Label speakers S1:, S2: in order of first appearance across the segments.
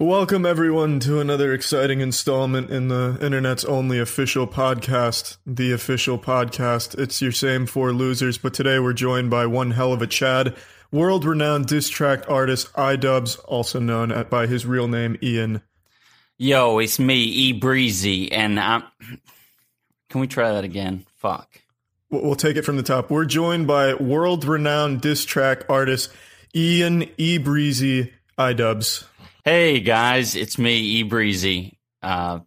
S1: Welcome everyone to another exciting installment in the internet's only official podcast, the official podcast. It's your same four losers, but today we're joined by one hell of a Chad, world-renowned diss track artist iDubbbz, also known at, by his real name Ian.
S2: Yo, it's me, E Breezy, and I'm. Can we try that again? Fuck.
S1: We'll we'll take it from the top. We're joined by world-renowned diss track artist Ian E Breezy iDubbbz.
S2: Hey guys, it's me, E Breezy. Uh,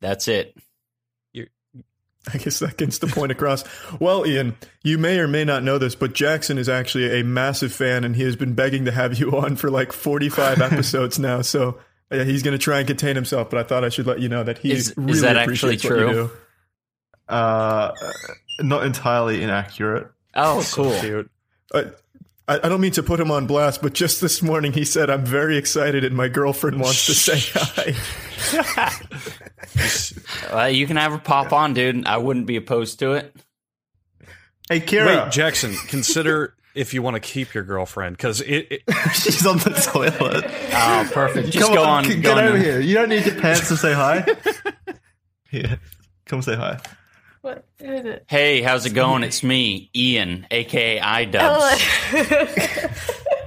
S2: that's it.
S1: I guess that gets the point across. Well, Ian, you may or may not know this, but Jackson is actually a massive fan, and he has been begging to have you on for like 45 episodes now. So yeah, he's going to try and contain himself, but I thought I should let you know that he
S2: Is- is
S1: really
S2: that actually
S1: appreciates what you
S2: true?
S1: do.
S3: Uh, not entirely inaccurate.
S2: Oh, cool.
S3: Cute.
S1: I, I don't mean to put him on blast, but just this morning he said, I'm very excited and my girlfriend wants to say hi.
S2: Uh, you can have her pop on, dude. I wouldn't be opposed to it.
S3: Hey, Kira,
S1: Wait,
S4: Jackson, consider if you want to keep your girlfriend because it, it
S3: she's on the toilet.
S2: Oh, perfect. Just
S3: Come
S2: go on.
S3: get
S2: go on
S3: over
S2: then.
S3: here. You don't need your pants to say hi. yeah, come say hi.
S5: What is it?
S2: Hey, how's it going? It's me, Ian, aka iDubbbz.
S5: Hello.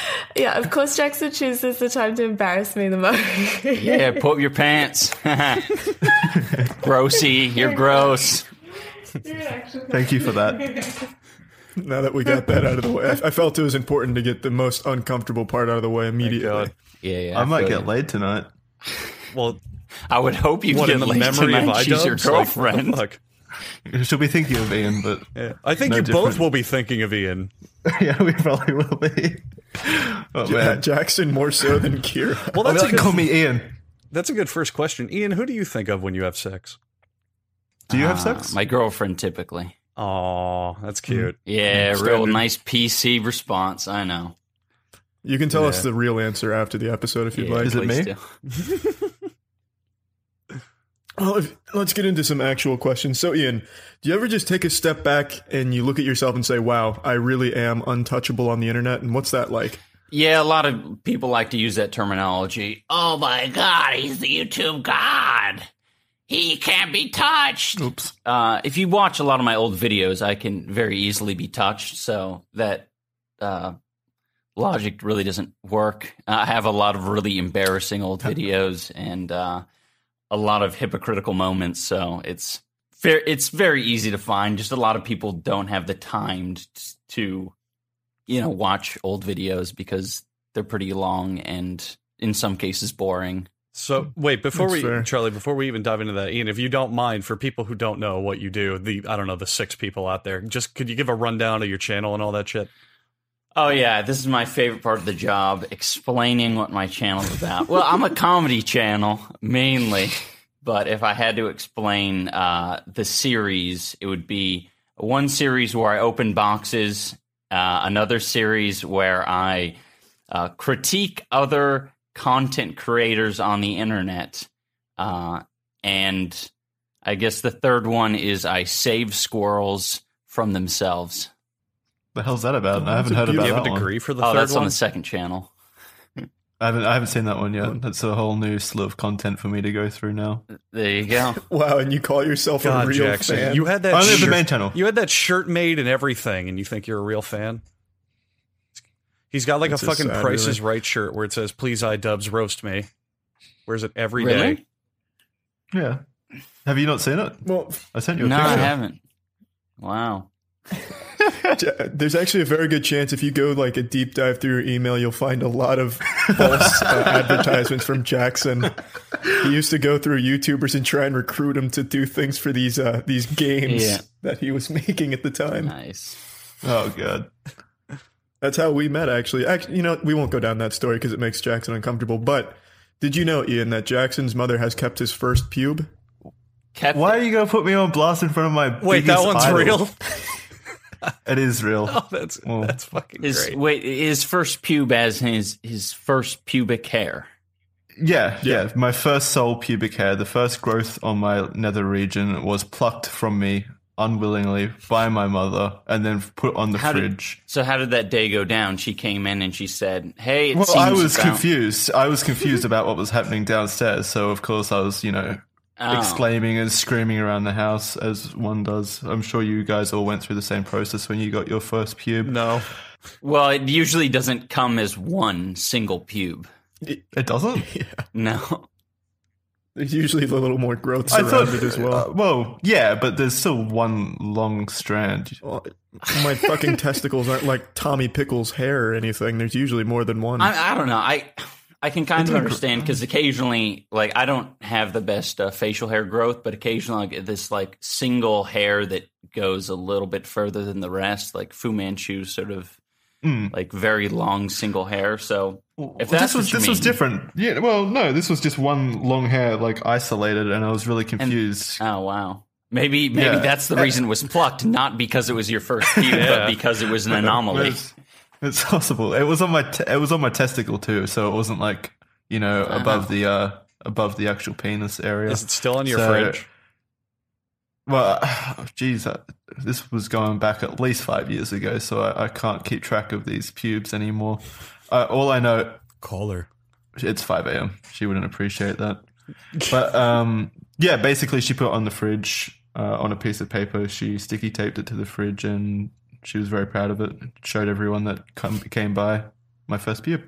S5: yeah, of course Jackson chooses the time to embarrass me the most.
S2: Yeah, pull up your pants. Grossy, you're gross.
S3: Thank you for that.
S1: now that we got that out of the way, I, I felt it was important to get the most uncomfortable part out of the way immediately.
S4: God.
S2: Yeah, yeah.
S3: I might
S2: feel
S3: get
S2: you.
S3: laid tonight.
S4: well,
S2: I would hope you
S4: what
S2: get
S4: in the
S2: laid
S4: memory of
S2: tonight.
S4: I
S2: She's your girlfriend.
S4: Like,
S3: She'll be thinking of Ian, but
S4: I think
S3: No
S4: you
S3: different.
S4: both will be thinking of Ian.
S3: yeah, we probably will be. Oh
S1: Yeah,
S3: man,
S1: Jackson more so than Kira.
S4: Well,
S3: I'll be
S4: that's a
S3: like, call
S4: good,
S3: me Ian.
S4: that's a good first question. Ian, who do you think of when you have sex?
S3: Do you have
S2: Uh,
S3: sex?
S2: my girlfriend, typically.
S4: Oh, that's cute.
S2: Yeah, real
S1: standard.
S2: nice PC response. I know.
S1: You can tell us the real answer after the episode if you'd
S2: Yeah,
S1: like.
S3: Is it
S2: please
S3: me?
S2: do.
S1: Well, if, let's get into some actual questions. So, Ian, do you ever just take a step back and you look at yourself and say, "Wow, I really am untouchable on the internet"? And what's that like?
S2: Yeah, a lot of people like to use that terminology. Oh my God, he's the YouTube God. He can't be touched.
S3: Oops.
S2: Uh, if you watch a lot of my old videos, I can very easily be touched. So that uh, logic really doesn't work. I have a lot of really embarrassing old videos and uh, a lot of hypocritical moments. So it's fair. It's very easy to find. Just a lot of people don't have the time t- to, you know, watch old videos because they're pretty long and in some cases boring.
S4: So wait, before
S1: That's
S4: we
S1: fair.
S4: Charlie, before we even dive into that, Ian, if you don't mind, for people who don't know what you do, the I don't know, the six people out there, just could you give a rundown of your channel and all that shit?
S2: Oh yeah, this is my favorite part of the job: explaining what my channel's about. well, I'm a comedy channel mainly, but if I had to explain uh, the series, it would be one series where I open boxes, uh, another series where I uh, critique other content creators on the internet, uh, and I guess the third one is I save squirrels from themselves.
S3: The hell's that about? I
S1: That's a
S3: haven't heard
S4: Do
S3: about
S4: you have
S3: that
S4: a
S3: one.
S4: degree for the
S2: Oh,
S4: third
S2: that's
S4: one?
S2: on the second channel.
S3: I haven't. I haven't seen that one yet. That's a whole new slew of content for me to go through now.
S2: There you go.
S1: Wow, and you call yourself a
S4: God,
S1: real
S4: Jackson,
S1: fan?
S4: you had that.
S3: Only
S4: shirt-
S3: the main channel.
S4: You had that shirt made and everything, and you think you're a real fan? He's got like
S1: It's
S4: a
S1: just
S4: fucking
S1: sad,
S4: Price
S1: really.
S4: is Right shirt where it says, Please, I dubs, roast me. Where's it every day?
S2: Really?
S3: Yeah. Have you not seen it?
S1: well,
S3: I sent you a
S2: No, I
S3: picture.
S2: haven't. Wow.
S1: Ja- there's actually a very good chance if you go like a deep dive through your email, you'll find a lot of false uh, advertisements from Jackson. He used to go through YouTubers and try and recruit them to do things for these uh, these games
S2: Yeah.
S1: that he was making at the time.
S2: Nice.
S3: Oh god.
S1: That's how we met, actually. Actually, you know, we won't go down that story because it makes Jackson uncomfortable. But did you know, Ian, that Jackson's mother has kept his first pube?
S2: Kept
S3: Why are you gonna put me on blast in front of my?
S4: Wait, that
S3: biggest
S4: one's
S3: idol?
S4: real?
S3: It is real.
S4: Oh, that's,
S3: Well,
S4: that's fucking
S2: his
S4: great.
S2: wait his first pube as his his first pubic hair.
S3: Yeah, yeah, My first sole pubic hair, the first growth on my nether region, was plucked from me unwillingly by my mother and then put on the
S2: How did-
S3: fridge.
S2: So how did that day go down? She came in and she said, "Hey, it
S3: well,
S2: seems
S3: I was
S2: about-
S3: confused. I was confused about what was happening downstairs. So, of course, I was, you know,
S2: Oh.
S3: exclaiming and screaming around the house as one does. I'm sure you guys all went through the same process when you got your first pube.
S4: No.
S2: Well, it usually doesn't come as one single pube.
S3: It doesn't?
S2: No.
S1: There's usually a little more growth surrounded as
S3: Uh,
S1: well.
S3: well, yeah, but there's still one long strand.
S1: Well, My fucking testicles aren't like Tommy Pickle's hair or anything. There's usually more than one.
S2: I, I don't know. I I can kind of understand because occasionally, like, I don't have the best uh, facial hair growth, but occasionally I get this like single hair that goes a little bit further than the rest, like Fu Manchu, sort of
S3: Mm.
S2: like very long single hair. So if
S3: Well,
S2: that's
S3: this was
S2: what you
S3: this was
S2: mean.
S3: different. Yeah, well, no, this was just one long hair, like isolated, and I was really confused.
S2: Oh wow. Maybe maybe
S3: Yeah.
S2: that's the reason it was plucked, not because it was your first pube, but
S4: Yeah.
S2: because it was an anomaly.
S3: It's, it's possible. It was on my te- it was on my testicle too, so it wasn't like you know
S2: Uh-huh.
S3: above the uh above the actual penis area.
S4: Is it still on your
S3: So-
S4: fridge?
S3: Well, geez, I, this was going back at least five years ago, so I, I can't keep track of these pubes anymore. Uh, all I know,
S4: Call her.
S3: it's 5 a.m. She wouldn't appreciate that. But um, yeah, basically, she put it on the fridge uh, on a piece of paper. She sticky taped it to the fridge, and she was very proud of it. Showed everyone that come, came by my first pube.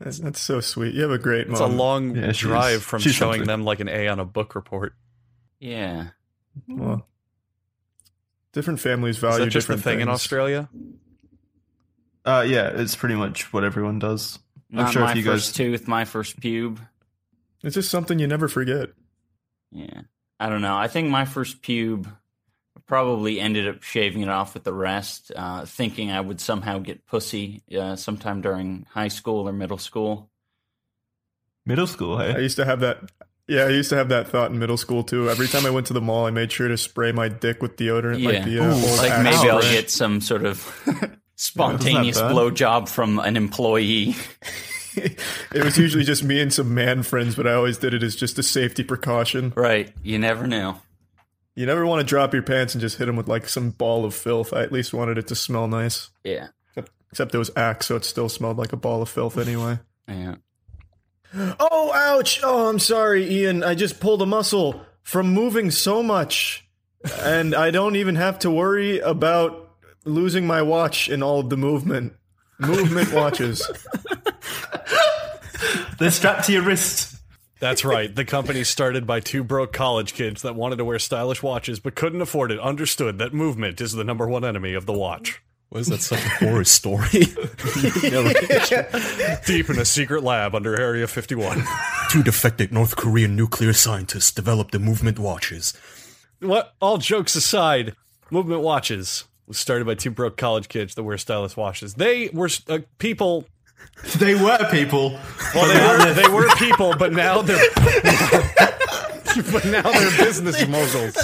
S1: That's, that's so sweet. You have a great
S4: It's
S1: mom.
S4: a long
S3: Yeah, she's-
S4: drive from
S3: she's
S4: showing
S3: something.
S4: them like an A on a book report.
S2: Yeah.
S1: Well, different families
S4: Is
S1: value
S4: that just the
S1: Oh, different
S4: thing in
S1: things.
S4: Australia?
S3: Uh, yeah, it's pretty much what everyone does. I'm
S2: Not
S3: sure if
S2: my
S3: you guys-
S2: first tooth, my first pube.
S1: It's just something you never forget.
S2: Yeah. I don't know. I think my first pube probably ended up shaving it off with the rest, uh, thinking I would somehow get pussy uh, sometime during high school or middle school.
S3: Middle school,
S1: I
S3: hey?
S1: used to have that. Yeah, I used to have that thought in middle school too. Every time I went to the mall, I made sure to spray my dick with deodorant,
S2: Yeah.
S1: like the uh,
S3: Ooh,
S1: old
S2: Like
S1: axe
S2: maybe I'll
S1: spray.
S2: get some sort of spontaneous
S3: bad.
S2: blowjob from an employee.
S1: it was usually just me and some man friends, but I always did it as just a safety precaution.
S2: right. You never knew.
S1: You never want to drop your pants and just hit them with like some ball of filth. I at least wanted it to smell nice.
S2: Yeah.
S1: Except it was axe, so it still smelled like a ball of filth anyway.
S2: Yeah.
S1: Oh, ouch! Oh, I'm sorry, Ian. I just pulled a muscle from moving so much, and I don't even have to worry about losing my watch in all of the movement. Movement watches.
S3: They're strapped to your wrist.
S4: That's right. The company started by two broke college kids that wanted to wear stylish watches but couldn't afford it, understood that movement is the number one enemy of the watch.
S6: What is that some horror story?
S4: Deep in a secret lab under Area 51.
S6: Two defected North Korean nuclear scientists developed the movement watches.
S4: What? All jokes aside, movement watches was started by two broke college kids that wear stylish watches. They were uh, people.
S3: They were people.
S4: Well, they were, they were people, but now they're. but now they're business moguls.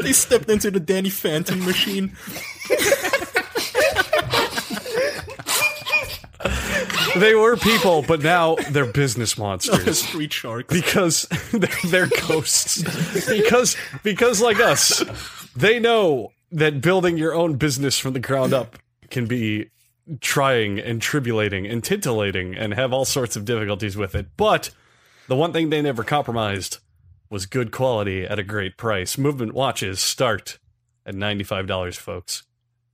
S6: They stepped into the Danny Phantom machine.
S4: They were people, but now they're business
S6: The
S4: monsters.
S6: street sharks.
S4: because they're, they're ghosts because because like us they know that building your own business from the ground up can be trying and tribulating and titillating and have all sorts of difficulties with it but the one thing they never compromised was good quality at a great price movement watches start at $95 folks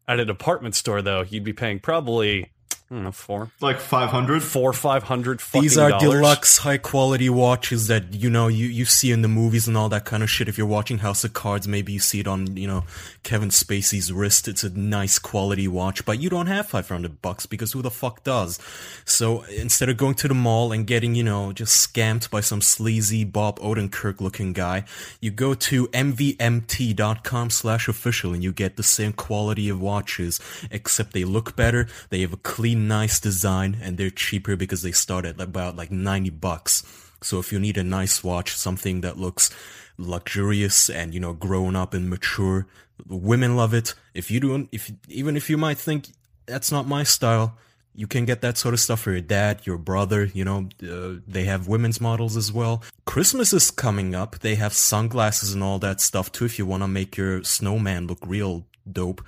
S4: at a department store though you'd be paying probably I don't know, four
S3: Like 500.
S4: four five hundred fucking
S6: These are
S4: dollars.
S6: deluxe, high quality watches that you know you, you see in the movies and all that kind of shit. If you're watching House of Cards, maybe you see it on you know Kevin Spacey's wrist. It's a nice quality watch, but you don't have five hundred bucks because who the fuck does? So instead of going to the mall and getting you know just scammed by some sleazy Bob Odenkirk looking guy, you go to mvmt.com/official and you get the same quality of watches, except they look better, they have a clean, nice design, and they're cheaper because they start at about like 90 bucks. So if you need a nice watch, something that looks luxurious and you know grown up and mature, women love it. If you don't, if even if you might think that's not my style, You can get that sort of stuff for your dad, your brother, you know, uh, they have women's models as well. Christmas is coming up. They have sunglasses and all that stuff too if you want to make your snowman look real dope.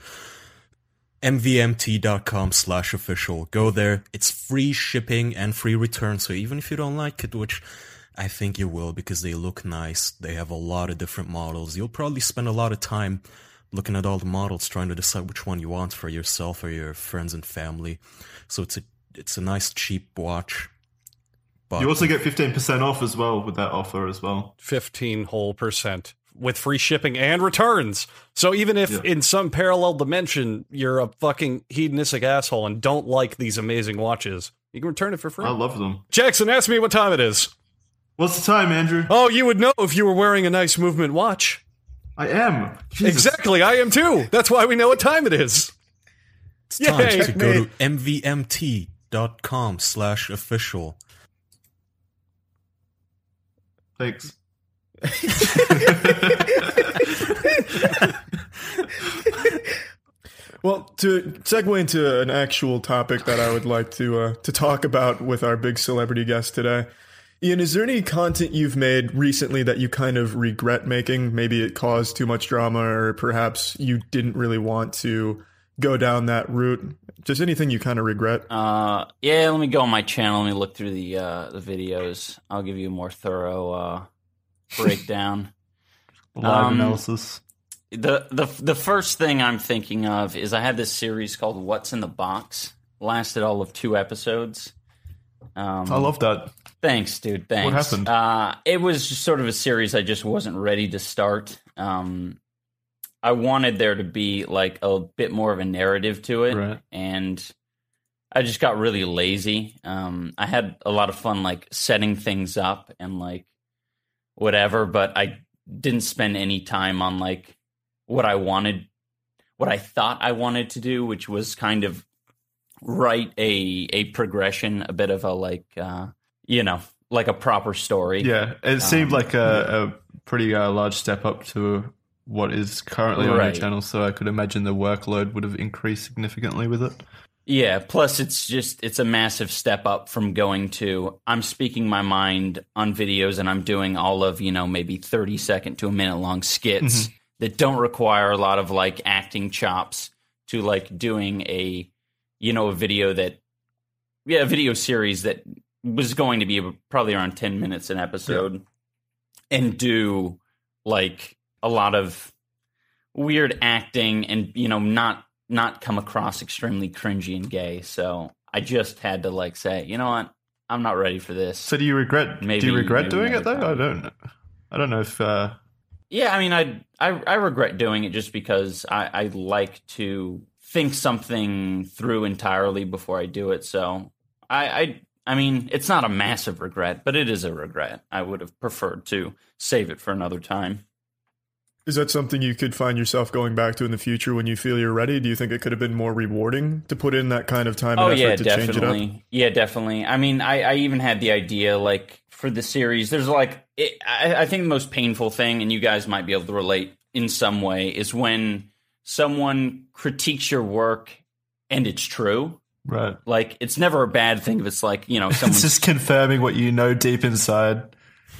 S6: MVMT.com slash official. Go there. It's free shipping and free return. So even if you don't like it, which I think you will because they look nice, they have a lot of different models. You'll probably spend a lot of time looking at all the models, trying to decide which one you want for yourself or your friends and family. So it's a it's a nice cheap watch. But
S3: You also get 15% off as well with that offer as well.
S4: 15 whole percent with free shipping and returns. So even if
S3: Yeah.
S4: in some parallel dimension you're a fucking hedonistic asshole and don't like these amazing watches, you can return it for free.
S3: I love them.
S4: Jackson, ask me what time it is.
S3: What's the time, Andrew?
S4: Oh, you would know if you were wearing a nice movement watch.
S3: I am. Jesus.
S4: Exactly, I am too. That's why we know what time it is.
S6: it's time
S4: Yay.
S6: to go to MVMT.com slash official.
S3: Thanks.
S1: Well, to segue into an actual topic that I would like to uh, to talk about with our big celebrity guest today, Ian, is there any content you've made recently that you kind of regret making? Maybe it caused too much drama, or perhaps you didn't really want to go down that route. Just anything you kind of regret.
S2: Uh, yeah, let me go on my channel. Let me look through the uh, the videos. I'll give you a more thorough uh, breakdown.
S3: Live
S2: Um,
S3: analysis.
S2: the the the first thing I'm thinking of is I had this series called What's in the Box. Lasted all of two episodes. Um,
S3: I love that.
S2: Thanks, dude. Thanks.
S3: happened?
S2: Uh, it was just sort of a series I just wasn't ready to start. Um, I wanted there to be like a bit more of a narrative to it,
S3: Right.
S2: and I just got really lazy. Um, I had a lot of fun like setting things up and like whatever, but I didn't spend any time on like what I wanted, what I thought I wanted to do, which was kind of write a a progression, a bit of a like uh, you know like a proper story.
S3: Yeah, it seemed
S2: um,
S3: like a, a pretty uh, large step up to what is currently on your
S2: Right.
S3: channel, so I could imagine the workload would have increased significantly with it.
S2: Yeah, plus it's just it's a massive step up from going to I'm speaking my mind on videos and I'm doing all of, you know, maybe 30 second to a minute long skits that don't require a lot of like acting chops to like doing a you know, a video that yeah, a video series that was going to be probably around 10 minutes an episode and do like a lot of weird acting and you know not not come across extremely cringy and gay so i just had to like say you know what i'm not ready for this
S3: So do you regret? do
S2: Maybe-
S3: you regret
S2: maybe
S3: doing it though?
S2: another
S3: I don't. know. I don't know if. Uh,
S2: Yeah, I mean, I, I I regret doing it just because I I like to think something through entirely before I do it. So I I I mean, it's not a massive regret, but it is a regret. I would have preferred to save it for another time.
S1: Is that something you could find yourself going back to in the future when you feel you're ready? Do you think it could have been more rewarding to put in that kind of time and
S2: oh
S1: effort
S2: yeah,
S1: to
S2: definitely.
S1: change it up?
S2: Yeah, definitely. I mean, I I even had the idea like for the series. There's like it, I I think the most painful thing, and you guys might be able to relate in some way, is when someone critiques your work and it's true.
S3: right.
S2: like it's never a bad thing if it's like you know
S3: It's
S2: someone's
S3: just confirming what you know deep inside.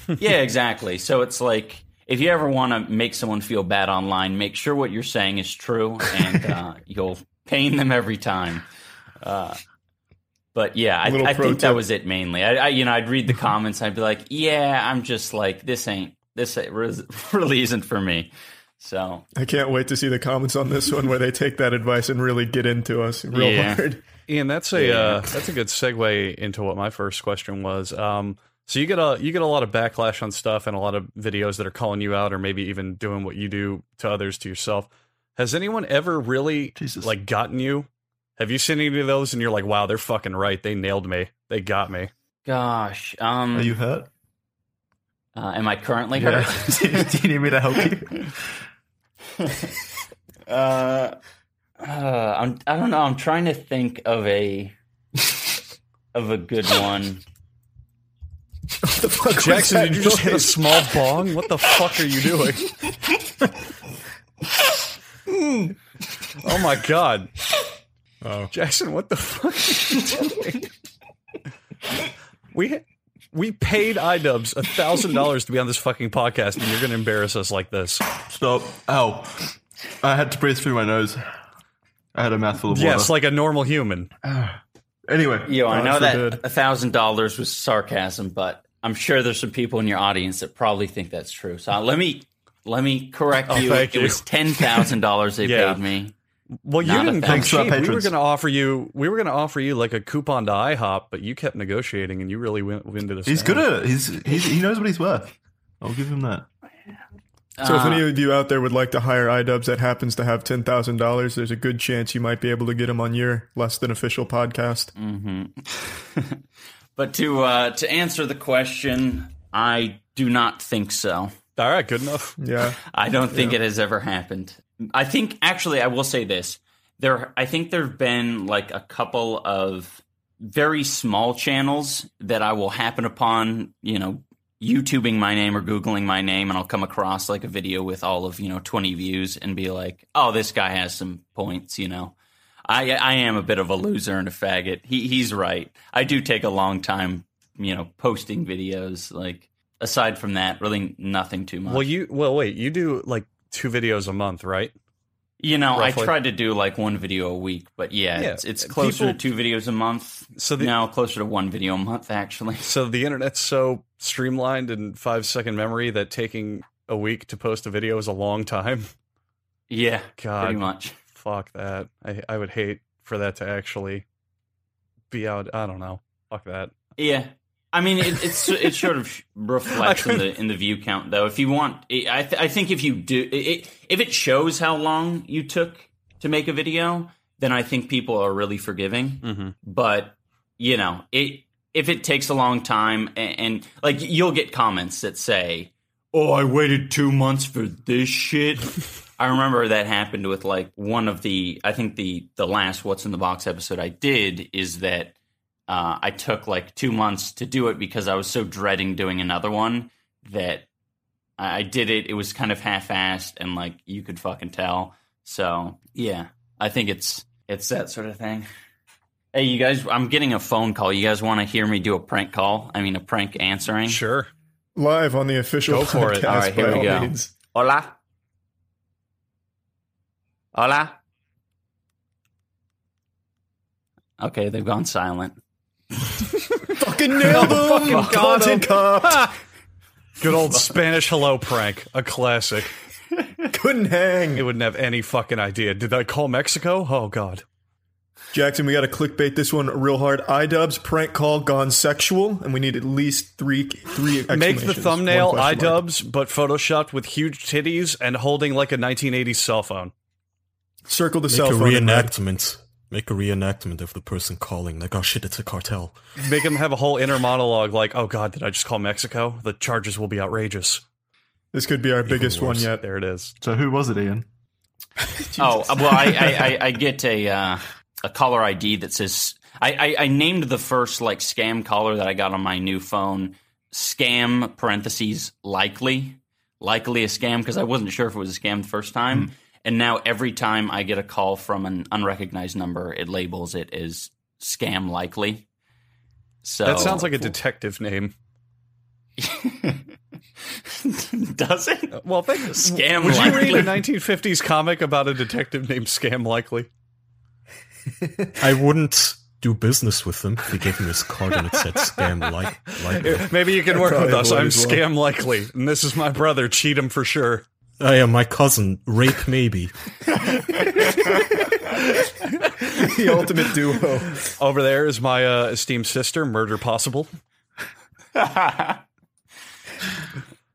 S2: yeah exactly so it's like if you ever want to make someone feel bad online make sure what you're saying is true and uh, you'll pain them every time uh, but yeah i,
S1: Little
S2: I
S1: pro
S2: think that
S1: tip.
S2: was it mainly I, I you know i'd read the
S3: Mm-hmm.
S2: comments i'd be like yeah i'm just like this ain't this ain't, really isn't for me so
S1: I can't wait to see the comments on this one where they take that advice and really get into us real
S2: Yeah.
S1: hard.
S4: Ian, that's a uh, that's a good segue into what my first question was. Um, so you get a you get a lot of backlash on stuff and a lot of videos that are calling you out or maybe even doing what you do to others to yourself. Has anyone ever really
S3: Jesus.
S4: like gotten you? Have you seen any of those and you're like, wow, they're fucking right. They nailed me. They got me.
S2: gosh um
S3: Are you hurt?
S2: uh, am i currently
S3: Yeah.
S2: hurt
S3: do you need me to help you?
S2: uh, uh, I'm, I don't know. I'm trying to think of a of a good one.
S4: Jackson, did you just hit a small bong? What the fuck are you doing? oh my god.
S6: Oh.
S4: Jackson, what the fuck are you doing? we we paid iDubbbz a thousand dollars to be on this fucking podcast, and you're gonna embarrass us like this.
S3: Stop. Ow. I had to breathe through my nose. I had a mouthful of
S4: Yes,
S3: water.
S4: like a normal human.
S3: anyway. Oh,
S2: Yo, I
S1: God
S2: know
S1: forbid.
S2: that a thousand dollars was sarcasm, but I'm sure there's some people in your audience that probably think that's true. So let me let me correct you.
S4: Oh, thank
S2: It
S4: you.
S2: was ten thousand dollars they
S4: Yeah.
S2: paid me.
S4: Well, you
S2: Not a
S4: didn't come
S3: Thanks to our
S4: cheap. We were
S3: patrons.
S4: gonna offer you. We were gonna offer you like a coupon to IHOP, but you kept negotiating, and you really went into this.
S3: He's
S4: down.
S3: good at it. He's, he's he knows what he's worth. I'll give him that.
S1: So if
S2: Uh,
S1: any of you out there would like to hire iDubbbz that happens to have ten thousand dollars, there's a good chance you might be able to get him on your less than official podcast.
S2: Mm. mhm. but to uh, to answer the question, I do not think so.
S4: All right, good enough.
S1: Yeah,
S2: I don't think it has ever happened. I think actually I will say this. There I think there've been like a couple of very small channels that I will happen upon, you know, YouTubing my name or Googling my name and I'll come across like a video with all of, you know, twenty views and be like, Oh, this guy has some points, you know. I I am a bit of a loser and a faggot. He he's right. I do take a long time, you know, posting videos. Like aside from that, really nothing too much.
S4: Well, you well wait. You do like two videos a month, right?
S2: You know,
S4: roughly?
S2: I tried to do like one video a week, but yeah, it's, it's closer to two videos a month.
S4: So the-
S2: now closer to one video a month, actually.
S4: So the internet's so streamlined and five second memory that taking a week to post a video is a long time.
S2: Yeah,
S4: God,
S2: pretty much.
S4: fuck that. I I would hate for that to actually be out. I don't know. Fuck that.
S2: Yeah, I mean, it, it's it sort of reflects in the in the view count, though. If you want, I th- I think if you do, it, if it shows how long you took to make a video, then I think people are really forgiving.
S4: Mm-hmm.
S2: but you know it if it takes a long time and, and like you'll get comments that say oh i waited two months for this shit i remember that happened with like one of the i think the the last what's in the box episode i did is that uh, i took like two months to do it because i was so dreading doing another one that i I did it it was kind of half-assed and like you could fucking tell so yeah i think it's it's that sort of thing Hey, you guys, I'm getting a phone call. You guys want to hear me do a prank call? I mean, a prank answering?
S4: Sure.
S1: live on the official
S4: Go for
S1: podcast.
S4: it.
S2: All right, here
S1: by
S2: we
S1: all
S2: go.
S1: means.
S2: Hola. Hola. Okay, they've gone silent.
S1: Fucking nailed
S4: fucking
S1: him.
S4: got
S1: Content
S4: him.
S1: cop.
S4: Good old Spanish hello prank, a classic.
S1: Couldn't
S4: It
S1: hang.
S4: wouldn't have any fucking idea. Did I call Mexico? Oh God.
S1: Jackson, we got to clickbait this one real hard. iDubbbz prank call gone sexual, and we need at least three three.
S4: Make the
S1: exclamations.
S4: thumbnail
S1: One question mark.
S4: iDubbbz, but photoshopped with huge titties and holding like a 1980s cell phone.
S1: Circle the
S6: Make
S1: cell
S6: a
S1: phone. in red.
S6: reenactment. Make a reenactment of the person calling. Like, oh shit, it's a cartel.
S4: Make him have a whole inner monologue like, oh God, did I just call Mexico? The charges will be outrageous.
S1: This could be our biggest one
S6: worse.
S1: yet.
S4: There it is.
S3: So who was it, Ian?
S2: Oh, well, I, I, I, I get a, uh, a caller ID that says, I, I, I named the first like scam caller that I got on my new phone scam parentheses likely, likely a scam because I wasn't sure if it was a scam the first time. And now every time I get a call from an unrecognized number, it labels it as scam likely. So
S1: Oh.
S4: That sounds like a detective name.
S2: does it?
S4: Well, thank you.
S2: Scam
S4: Oh. Would you read
S2: likely.
S4: a 1950s comic about a detective named Scam Likely?
S6: I wouldn't do business with them. They gave me his card and it said scam like like.
S4: Maybe you can work with
S1: probably
S4: us.
S1: would
S4: I'm
S1: as well.
S4: Scam Likely, and this is my brother, Cheatham for sure.
S6: I am Oh, my cousin. Rape maybe.
S1: the ultimate duo.
S4: Over there is my uh, esteemed sister, Murder Possible.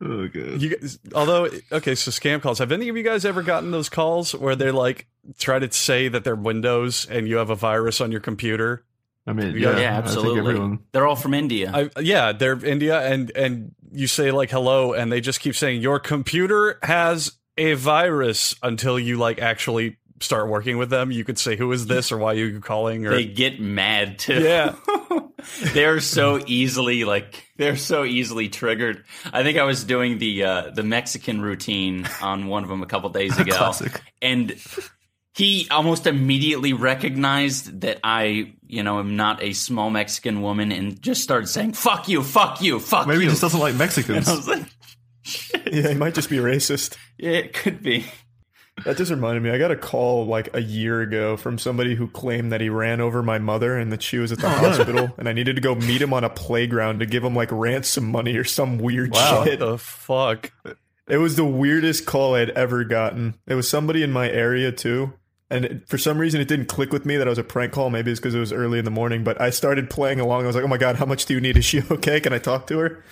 S3: Oh, good.
S4: You guys, although okay, so scam calls. Have any of you guys ever gotten those calls where they like try to say that they're Windows and you have a virus on your computer?
S3: I mean,
S4: Yeah,
S3: yeah,
S2: yeah,
S3: I think
S2: absolutely.
S3: everyone.
S2: They're all from India.
S4: I, yeah, they're India and and you say like hello and they just keep saying your computer has a virus until you like actually start working with them. You could say who is this or why are you calling or
S2: they get mad too.
S4: Yeah.
S2: they're so easily like they're so easily triggered. I think I was doing the uh, the Mexican routine on one of them a couple days ago,
S3: Classic.
S2: and he almost immediately recognized that I, you know, am not a small Mexican woman and just started saying, fuck you, fuck you, fuck
S3: Maybe
S2: you.
S3: he just doesn't like Mexicans.
S2: I was like,
S1: Yeah, he might just be racist.
S2: yeah, it could be.
S1: That just reminded me. I got a call like a year ago from somebody who claimed that he ran over my mother and that she was at the hospital, and I needed to go meet him on a playground to give him like ransom money or some weird
S3: Wow.
S1: shit.
S4: the fuck?
S1: It was the weirdest call I'd ever gotten. It was somebody in my area too. And it, for some reason, it didn't click with me that I was a prank call. Maybe it's because it was early in the morning, but I started playing along. I was like, oh my God, how much do you need? Is she okay? Can I talk to her?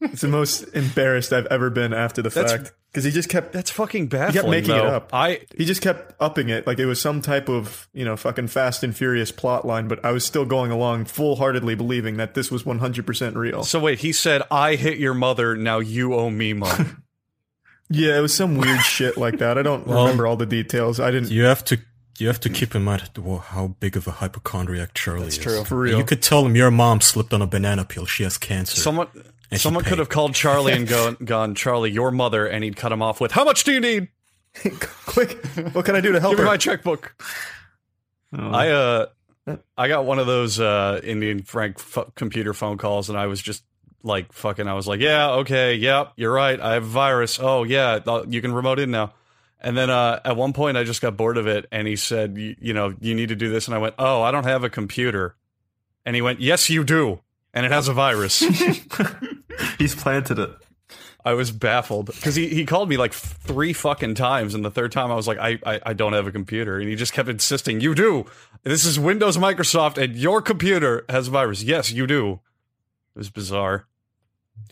S1: It's the most embarrassed I've ever been after the
S4: That's-
S1: fact. Because he just kept
S4: That's fucking baffling.
S1: making it
S4: though.
S1: up.
S4: I
S1: he just kept upping it like it was some type of you know fucking fast and furious plot line but i was still going along full-heartedly believing that this was 100% real
S4: so wait. He said, "I hit your mother. Now you owe me money."
S1: yeah it was some weird shit like that i don't
S6: Well-
S1: remember all the details i didn't
S6: You have to you have to keep in mind wha- how big of a hypochondriac Charlie is.
S1: true. For real.
S6: You could tell him your mom slipped on a banana peel. She has cancer.
S4: someone,
S6: And she
S4: someone
S6: paid.
S4: could have called Charlie and gone, gone, Charlie, your mother, and he'd cut him off with, "How much do you need?
S1: quick what can i do to help
S4: Give me
S1: her
S4: my checkbook."
S3: Oh.
S4: I uh, I got one of those uh Indian Frank f- computer phone calls, and I was just like, "Fucking," I was like, "Yeah, okay, yep, you're right. I have a virus. Oh yeah, th- you can remote in now." And then uh, at one point, I just got bored of it, and he said, "You you know, you need to do this." And I went, "Oh, I don't have a computer." And he went, "Yes, you do, and it has a virus."
S3: He's planted it.
S4: I was baffled because he, he called me like three fucking times, and the third time I was like, I, I, I don't have a computer, and he just kept insisting, "You do. This is Windows, Microsoft, and your computer has a virus. Yes, you do." It was bizarre.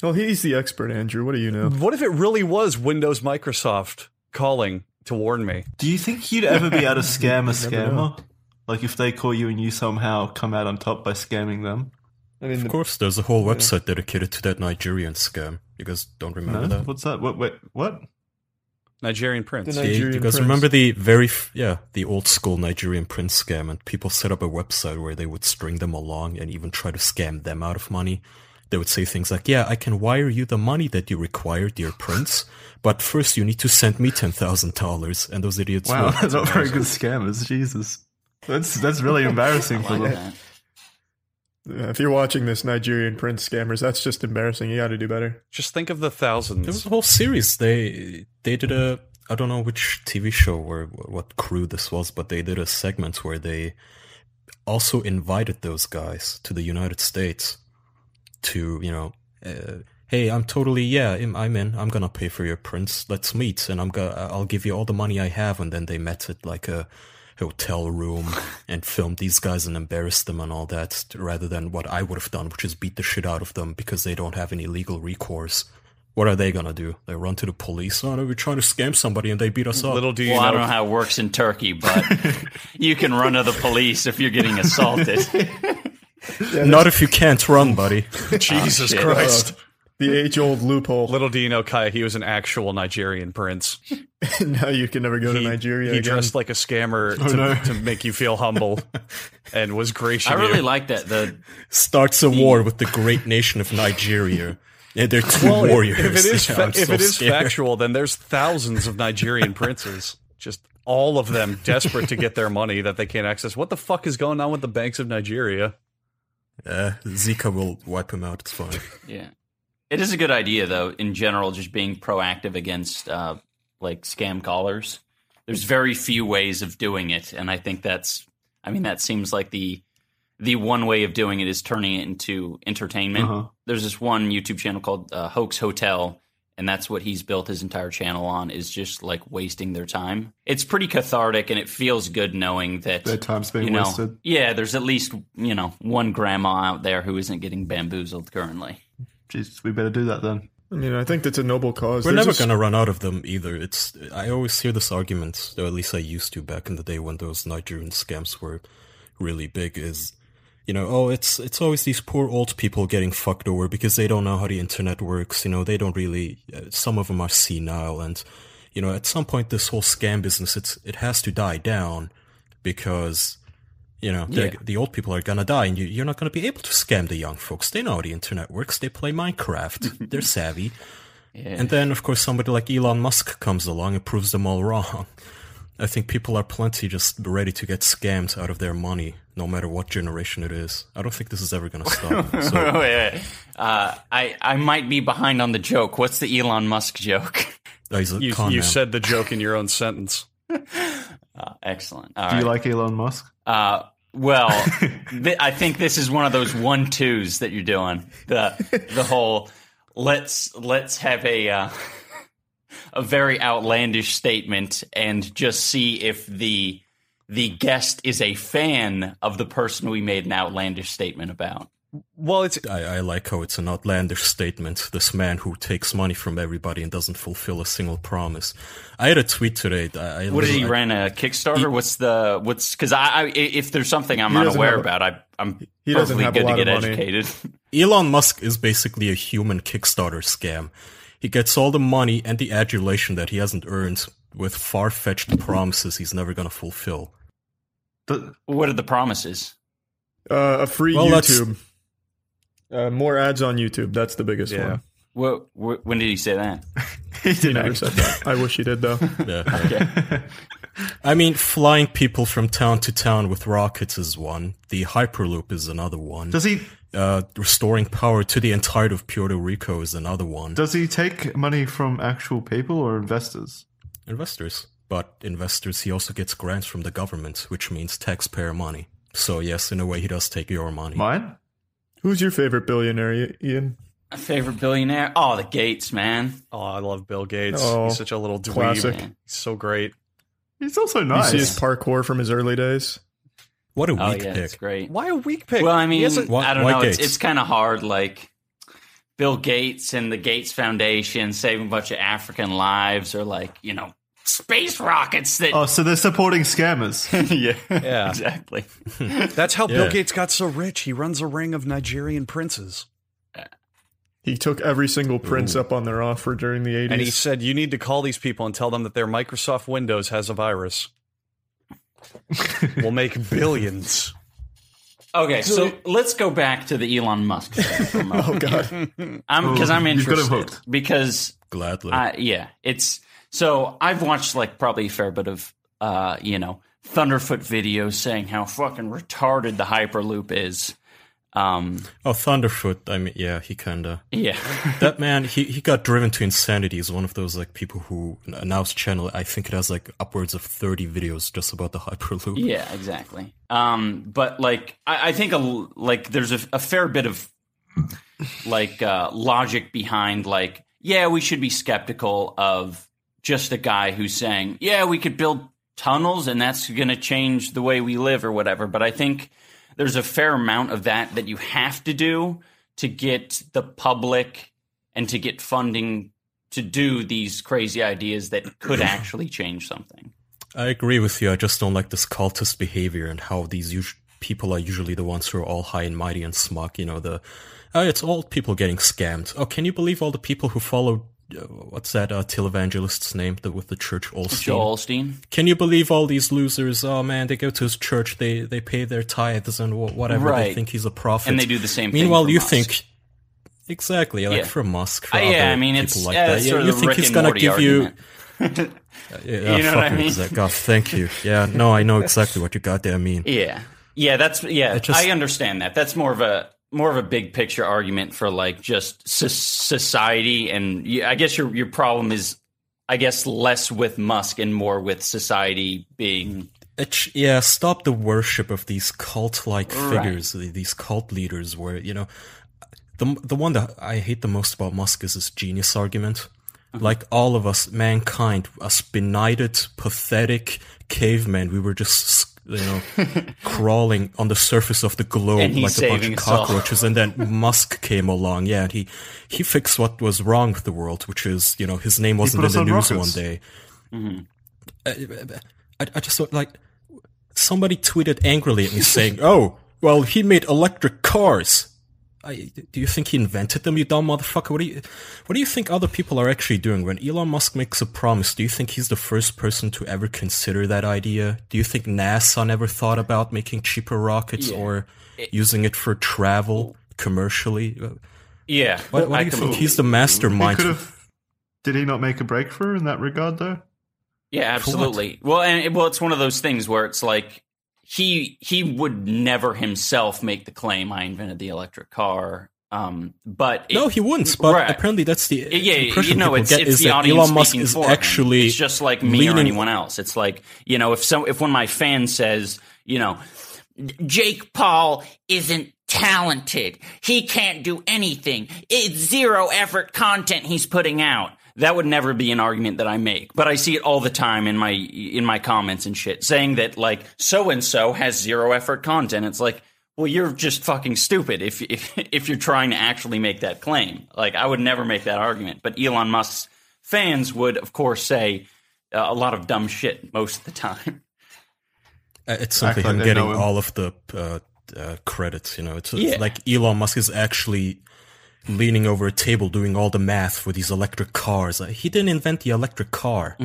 S1: well he's the expert andrew what do you know
S4: What if it really was Windows, Microsoft calling to warn me?
S3: Do you think you'd ever be able to scam a
S1: never know.
S3: scammer? Like if they call you and you somehow come out on top by scamming them?
S1: i mean
S6: of course, there's a whole website dedicated to that Nigerian scam. You guys don't remember
S3: No?
S6: that?
S3: What's that? What? Wait, what?
S4: Nigerian prince.
S1: The
S6: Yeah, you
S1: Nigerian
S6: guys
S1: prince.
S6: remember the very f- yeah the old school Nigerian prince scam, and people set up a website where they would string them along and even try to scam them out of money. They would say things like, "Yeah, I can wire you the money that you require, dear prince, but first you need to send me ten thousand dollars." And those idiots,
S3: Wow,
S6: would-
S3: that's not very good scammers. Jesus, that's that's really embarrassing for them.
S2: That.
S1: Yeah, if you're watching this nigerian prince scammers that's just embarrassing you gotta do better
S4: Just think of the
S6: There was
S4: thousands.
S6: a whole series. They they did a I don't know which TV show or what crew this was, but they did a segment where they also invited those guys to the United States to you know, uh, hey, I'm totally yeah, I'm, I'm in. I'm gonna pay for your prints. Let's meet, and I'm gonna I'll give you all the money I have. And then they met at like a hotel room and filmed these guys and embarrassed them and all that, rather than what I would have done, which is beat the shit out of them because they don't have any legal recourse. What are they gonna do? They run to the police. Oh no, we're trying to scam somebody and they beat us up.
S4: Little do you
S2: Well, I
S4: know.
S2: don't know how it works in Turkey, but you can run to the police if you're getting assaulted.
S6: Not if you can't run, buddy.
S4: Jesus
S2: Oh, shit.
S4: Christ.
S1: the age-old loophole
S4: Little do you know, Kaya, he was an actual Nigerian prince.
S1: now you can never go to nigeria
S4: He
S1: again. Oh,
S4: dressed like a scammer to, to make you feel humble, and was gracious.
S2: I really
S4: you.
S2: like that. The
S6: Starts a war with the great nation of Nigeria. And they're two
S4: Well, if-
S6: warriors.
S4: If it is,
S6: Yeah,
S4: fa-
S6: I'm
S4: if
S6: so
S4: it is
S6: scared.
S4: factual, then there's thousands of Nigerian princes, just all of them desperate to get their money that they can't access. What the fuck is going on with the banks of Nigeria?
S6: Uh, Zika will wipe him out. It's fine.
S2: Yeah. It is a good idea, though, in general, just being proactive against uh, like scam callers. There's very few ways of doing it. And I think that's, I mean, that seems like the, the one way of doing it is turning it into entertainment.
S3: Uh-huh.
S2: There's this one YouTube channel called uh, Hoax Hotel, and that's what he's built his entire channel on is just like wasting their time. It's pretty cathartic, and it feels good knowing that
S3: Their time's being
S2: you know,
S3: wasted.
S2: yeah, there's at least you know one grandma out there who isn't getting bamboozled currently.
S3: Jesus, we better do that then.
S1: i mean i think that's a noble because
S6: We're
S1: There's
S6: never
S1: a-
S6: going to run out of them either. It's I always hear this argument, or at least I used to back in the day when those Nigerian scams were really big. Is you know, oh, it's it's always these poor old people getting fucked over because they don't know how the internet works. You know, they don't really. Uh, some of them are senile, and you know, at some point, this whole scam business it's it has to die down because you know the-
S2: Yeah.
S6: the old people are gonna die, and you, you're not gonna be able to scam the young folks. They know how the internet works. They play Minecraft. They're savvy.
S2: Yeah.
S6: And then, of course, somebody like Elon Musk comes along and proves them all wrong. I think people are plenty just ready to get scammed out of their money, no matter what generation it is. I don't think this is ever going to stop.
S2: Wait,
S6: So,
S2: wait, wait. Uh, I I might be behind on the joke. What's the Elon Musk joke?
S6: uh, he's a
S4: You,
S6: con
S4: you
S6: man.
S4: said the joke in your own sentence.
S2: Uh, excellent. All
S3: Do you
S2: right.
S3: like Elon Musk?
S2: Uh, well, th- I think this is one of those one twos that you're doing. The the whole let's let's have a uh, a very outlandish statement and just see if the the guest is a fan of the person we made an outlandish statement about.
S4: Well, it's
S6: I, I like how it's an outlandish statement. This man who takes money from everybody and doesn't fulfill a single promise. I had a tweet today. that I, I
S2: What did he
S6: I-
S2: ran a Kickstarter? What's the what's because I, I if there's something I'm
S1: He doesn't
S2: unaware
S1: have a-
S2: about, I I'm
S1: he doesn't
S2: perfectly
S1: have a
S2: good
S1: lot
S2: to
S1: of
S2: get
S1: money.
S2: educated.
S6: Elon Musk is basically a human Kickstarter scam. He gets all the money and the adulation that he hasn't earned with far fetched promises he's never going to fulfill.
S3: Th-
S2: What are the promises?
S1: Uh, a free
S6: Well, that's-
S1: YouTube. Uh, more ads on YouTube. That's the biggest
S3: Yeah.
S1: one.
S2: What, what when did he say that?
S3: He
S1: He
S3: did
S1: never said that. I wish he did though.
S6: Yeah, yeah. I mean, flying people from town to town with rockets is one. The Hyperloop is another one.
S3: Does he
S6: uh, restoring power to the entirety of Puerto Rico is another one.
S3: does he take money from actual people or investors?
S6: investors. But investors, he also gets grants from the government, which means taxpayer money. So, yes, in a way, he does take your money.
S3: Mine?
S1: Who's your favorite billionaire, I- Ian?
S2: My favorite billionaire? Oh, the Gates, man.
S4: oh, I love Bill Gates.
S1: Oh,
S4: He's such a little dweeb.
S1: classic.
S2: Man.
S4: He's so great.
S3: He's also
S1: You
S3: nice.
S1: see his parkour from his early days.
S6: What a weak
S2: Oh yeah, it's
S6: pick.
S2: great.
S4: Why a weak pick?
S2: Well, I mean,
S6: Why-
S2: I don't
S6: why
S2: know. It's,
S6: Gates?
S2: it's kind of hard. Like Bill Gates and the Gates Foundation saving a bunch of African lives, or like you know, space rockets that.
S3: oh, so they're supporting
S1: Oh,
S3: scammers.
S2: yeah,
S4: Yeah.
S2: exactly.
S4: that's how Bill
S6: Yeah.
S4: Gates got so rich. He runs a ring of Nigerian princes.
S1: He took every single prince up on their offer during the
S4: And he
S1: eighties.
S4: said, You need to call these people and tell them that their Microsoft Windows has a virus. we'll make billions.
S2: Okay, so let's go back to the Elon Musk. oh
S1: God.
S2: I'm because I'm
S3: Ooh, you've Oh, got him
S2: interested
S3: hooked.
S2: because
S6: Gladly.
S2: Uh, yeah, it's so I've watched like probably a fair bit of uh, you know Thunderfoot videos saying how fucking retarded the Hyperloop is. Um,
S6: oh, Thunderfoot. I mean, yeah, he kinda.
S2: yeah,
S6: that man, he, he got driven to insanity. He's one of those, like, people who announce channel. I think it has, like, upwards of 30 videos just about the Hyperloop.
S2: yeah, exactly. Um, but like I, I think a l like there's a, a fair bit of like uh, logic behind like yeah we should be skeptical of just a guy who's saying yeah we could build tunnels and that's going to change the way we live or whatever but i think there's a fair amount of that that you have to do to get the public and to get funding to do these crazy ideas that could actually change something
S6: I agree with you. I just don't like this cultist behavior and how these usu- people are usually the ones who are all high and mighty and smug. You know, the oh, it's all people getting scammed. Oh, can you believe all the people who follow uh, what's that uh, televangelist's name the, with the church Olstein?
S2: joel Olstein.
S6: Can you believe all these losers? Oh man, they go to his church, they they pay their tithes and wha- whatever. They
S2: Right.
S6: think he's a prophet,
S2: And they do the same thing
S6: Meanwhile,
S2: for
S6: you
S2: Musk.
S6: think. Exactly, like
S2: Yeah.
S6: for Musk, for
S2: Uh, yeah,
S6: other
S2: I mean,
S6: people
S2: it's
S6: like
S2: yeah,
S6: that.
S2: it's
S6: Yeah,
S2: sort of
S6: you
S2: the
S6: think
S2: Rick
S6: he's
S2: and
S6: gonna
S2: Morty
S6: give you
S2: argument.
S6: yeah, oh,
S2: You know what I
S6: fucking
S2: mean?
S6: exact- God, thank you. Yeah, no, I know exactly what you goddamn mean.
S2: Yeah, yeah, that's yeah.
S6: just-
S2: I understand that. That's more of a more of a big picture argument for like just so- society, and y- I guess your your problem is, I guess, less with Musk and more with society
S6: Hmm.
S2: being.
S6: It, yeah, stop the worship of these cult-like figures, th- these cult leaders. Where you know, the the one that I hate the most about Musk is his genius argument.
S2: Uh-huh.
S6: Like all of us, mankind, us benighted, pathetic cavemen, we were just you know crawling on the surface of the globe
S2: And he's
S6: like a bunch
S2: saving
S6: of
S2: us all.
S6: cockroaches. and then Musk came along, yeah, and he he fixed what was wrong with the world, which is you know his name wasn't
S3: put
S6: in
S3: us
S6: the
S3: on
S6: news
S3: rockets. Mm-hmm.
S6: one day. I, I just thought like somebody tweeted angrily at me saying, "Oh, well, he made electric cars." I, do you think he invented them, you dumb motherfucker? What do you, what do you think other people are actually doing? When Elon Musk makes a promise, do you think he's the first person to ever consider that idea? Do you think NASA never thought about making cheaper rockets or using it for travel commercially?
S2: Yeah,
S6: Why, why
S2: Oh. I
S6: do you
S2: can-
S6: think he's the
S3: He
S6: mastermind?
S3: could have. Did he not make a breakthrough in that regard, though?
S2: Yeah, absolutely. Well, and it- well, it's one of those things where it's like he he would never himself make the claim I invented the electric car. Um, but it-
S6: no, he wouldn't. But
S2: Right.
S6: apparently, that's the
S2: Yeah, yeah,
S6: impression
S2: you know,
S6: people
S2: it's,
S6: get
S2: it's
S6: is
S2: the
S6: that
S2: audience
S6: Elon Musk
S2: speaking
S6: is
S2: for him.
S6: actually
S2: It's just like me or
S6: leaning-
S2: anyone else. It's like you know, if some if one of my fans says, you know, Jake Paul isn't talented, he can't do anything. It's zero effort content he's putting out. That would never be an argument that I make, but I see it all the time in my in my comments and shit, saying that like so and so has zero effort content. It's like. Well, you're just fucking stupid if, if if you're trying to actually make that claim. Like, I would never make that argument. But Elon Musk's fans would, of course, say uh, a lot of dumb shit most of the time.
S6: Uh, It's something
S3: Act like
S6: I'm
S3: they
S6: getting
S3: know him.
S6: all of the uh, uh, credits. You know, it's,
S2: Yeah.
S6: it's like Elon Musk is actually leaning over a table doing all the math for these electric cars. Like, he didn't invent the electric car,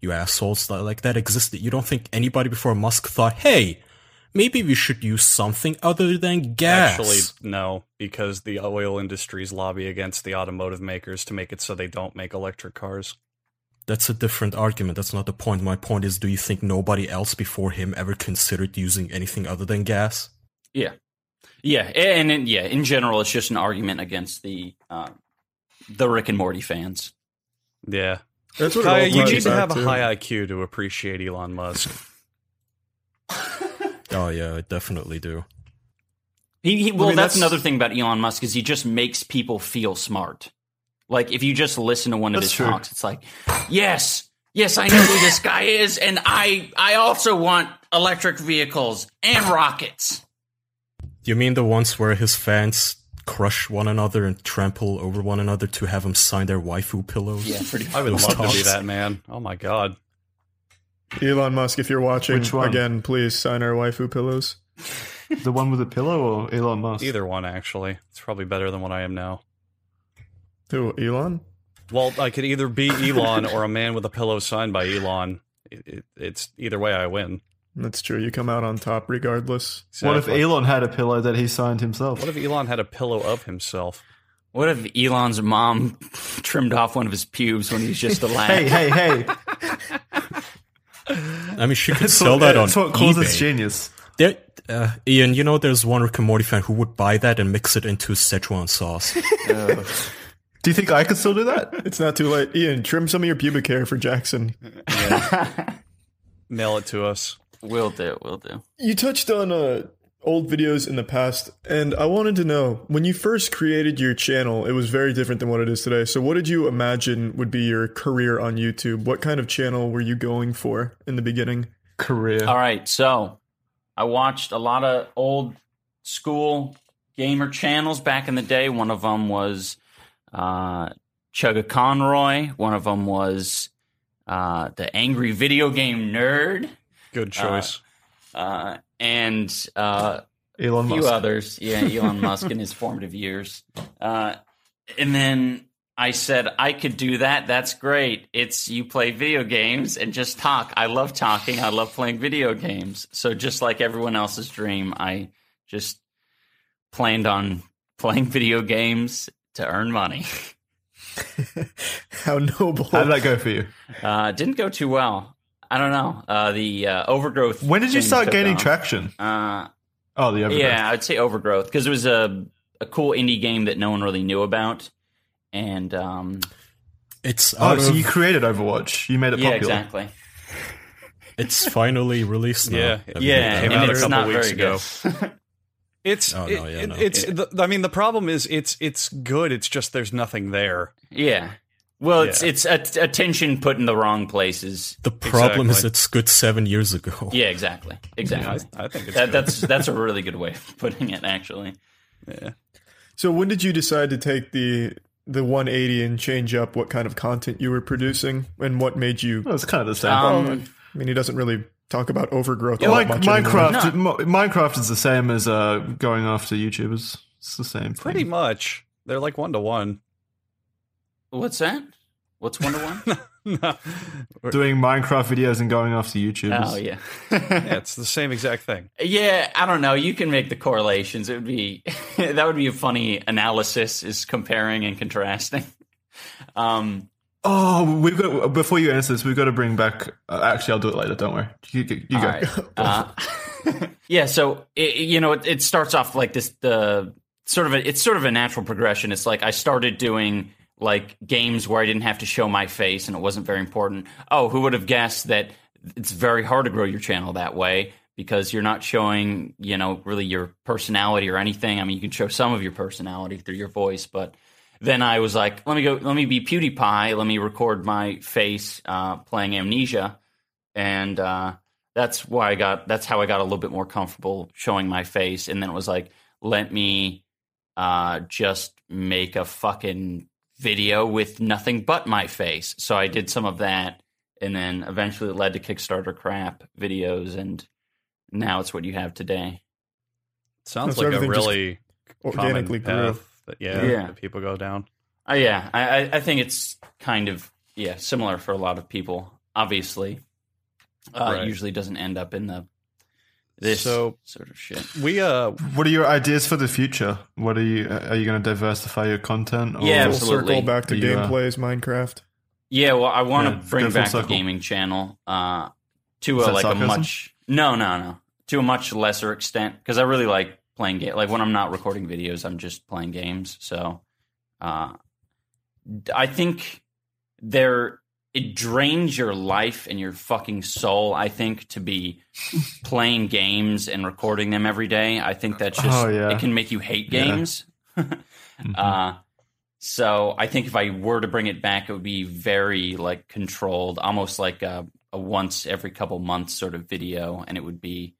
S6: you assholes. Li- Like that existed. You don't think anybody before Musk thought, "Hey, maybe we should use something other than gas."
S4: Actually, no, because the oil industries lobby against the automotive makers to make it so they don't make electric cars.
S6: That's a different argument. That's not the point. My point is, do you think nobody else before him ever considered using anything other than gas?
S2: Yeah, yeah, and, and yeah, in general, it's just an argument against the uh, the Rick and Morty fans.
S4: Yeah.
S1: That's what it all
S4: Kaya, you
S1: ties
S4: need to
S1: back
S4: have a high IQ to appreciate Elon Musk.
S6: Oh yeah, I definitely do.
S2: He, he well,
S1: mean,
S2: that's,
S1: that's-
S2: another thing about Elon Musk is he just makes people feel smart. Like if you just listen to one of
S3: That's
S2: his
S3: true.
S2: talks, it's like, yes, yes, I know who this guy is, and I, I also want electric vehicles and rockets.
S6: You mean the ones where his fans crush one another and trample over one another to have him sign their waifu pillows?
S2: Yeah, pretty.
S4: I would
S6: Those
S4: love to be
S6: talks.
S4: that man. Oh my god.
S1: Elon Musk, if you're watching
S3: Which one?
S1: again, please sign our waifu pillows.
S3: The one with the pillow or Elon Musk?
S4: Either one actually. It's probably better than what I am now.
S1: Who, Elon?
S4: Well, I could either be Elon or a man with a pillow signed by Elon. It, it, it's either way I win.
S1: That's true. You come out on top regardless.
S3: What if
S4: Exactly.
S3: Elon had a pillow that he signed himself?
S4: What if Elon had a pillow of himself?
S2: What if Elon's mom trimmed off one of his pubes when he was just a lad?
S3: hey, hey, hey!
S6: I mean, she could
S3: That's
S6: sell
S3: what,
S6: that on
S3: that's what causes
S6: eBay.
S3: genius.
S6: There- uh, Ian, you know, there's one Rick and Morty fan who would buy that and mix it into Szechuan sauce.
S3: Do you think I could still do that?
S1: It's not too late. Ian, trim some of your pubic hair for Jackson.
S4: Mail it to us.
S2: Will do, will do.
S1: You touched on uh, old videos in the past, and I wanted to know when you first created your channel, it was very different than what it is today. So, what did you imagine would be your career on YouTube? What kind of channel were you going for in the beginning?
S3: Career.
S2: All right, so I watched a lot of old school gamer channels back in the day. One of them was uh, Chugga Conroy. One of them was uh, the Angry Video Game Nerd,
S4: Good choice.
S2: uh, and uh,
S3: Elon
S2: a few
S3: Musk.
S2: others. Yeah, Elon Musk in his formative years. Uh, and then I said, I could do that. That's great. It's you play video games and just talk. I love talking. I love playing video games. So just like everyone else's dream, I just planned on playing video games to earn money.
S1: How noble.
S3: How did that go for you?
S2: Uh, didn't go too well. I don't know. Uh, the uh, overgrowth.
S3: When did you
S2: thing
S3: start
S2: took
S3: gaining
S2: off.
S3: traction?
S2: Uh,
S3: Oh, the overgrowth.
S2: Yeah, I'd say Overgrowth because it was a a cool indie game that no one really knew about, and um,
S6: It's
S3: Oh,
S6: out
S3: so
S6: of-
S3: you created Overwatch. You made it
S2: yeah,
S3: popular.
S2: exactly.
S6: it's finally released now.
S4: Yeah,
S6: I mean,
S2: Yeah,
S4: came
S2: and
S4: out a
S2: it's
S4: couple
S2: not
S4: weeks
S2: very
S4: ago.
S2: good.
S4: It's
S6: Oh, no,
S4: it-
S6: yeah,
S4: it-
S6: no.
S4: it's the, I mean the problem is it's it's good. It's just there's nothing there.
S2: yeah, well, it's it's a, attention put in the wrong places.
S6: The problem is
S4: Exactly.
S6: it's good seven years ago.
S2: Yeah, exactly, exactly.
S4: I, I think it's
S2: that,
S4: good.
S2: that's that's a really good way of putting it, actually.
S1: So, when did you decide to take the the 180 and change up what kind of content you were producing, and what made you?
S3: Well, it's kind of the same.
S2: Um,
S1: I mean, he doesn't really talk about overgrowth. all
S3: like
S1: that much anymore.
S3: Minecraft. Mo- Minecraft is the same as uh, going after YouTubers. It's the same.
S4: pretty
S3: Thing.
S4: much. They're like one to one.
S2: what's that? What's one to one?
S4: No.
S3: Doing Minecraft videos and going after YouTubers.
S2: Oh yeah,
S4: Yeah, it's the same exact thing.
S2: yeah. I don't know. You can make the correlations. It would be that would be a funny analysis is comparing and contrasting. Um,
S3: Oh, we've got before you answer this, we've got to bring back. Uh, actually, I'll do it later. Don't worry. You, you you
S2: All
S3: go.
S2: right. Uh, yeah, so it, it- you know, it, it starts off like this. The sort of a, it's sort of a natural progression. It's like I started doing like games where I didn't have to show my face and it wasn't very important. Oh, who would have guessed that it's very hard to grow your channel that way because you're not showing you know really your personality or anything. I mean, you can show some of your personality through your voice, but then I was like, let me go, let me be PewDiePie, let me record my face uh, playing Amnesia, and uh, that's why I got that's how I got a little bit more comfortable showing my face. And then it was like, let me uh, just make a fucking video with nothing but my face. So I did some of that, and then eventually it led to Kickstarter crap videos, and now it's what you have today.
S4: Sounds
S1: So
S4: like a
S1: everything just
S4: really
S1: organically
S4: common
S1: grew.
S4: path that yeah,
S2: Yeah.
S4: that people go down.
S2: Uh, yeah, I, I- I think it's kind of yeah similar for a lot of people. Obviously, uh,
S4: Right.
S2: it usually doesn't end up in the this
S4: So-
S2: sort of shit.
S4: We uh
S3: What are your ideas for the future? What are you? Are you going to diversify your content?
S2: Yeah,
S1: Full circle
S2: absolutely.
S1: back to
S3: You, uh,
S1: gameplays, Minecraft.
S2: Yeah, well, I want
S3: Yeah,
S2: to bring
S3: go full
S2: back the
S3: circle.
S2: gaming channel uh, to
S3: Is
S2: a,
S3: that
S2: like a
S3: sarcasm?
S2: much no, no, no, to a much lesser extent because I really like playing game. Like when I'm not recording videos, I'm just playing games. So uh, d- I think there it drains your life and your fucking soul. I think to be playing games and recording them every day. I think that's just
S3: Oh, yeah.
S2: it can make you hate
S3: Yeah.
S2: games.
S4: Mm-hmm.
S3: Mhm.
S2: Uh, so I think if I were to bring it back, it would be very like controlled, almost like a, a once every couple months sort of video, and it would be,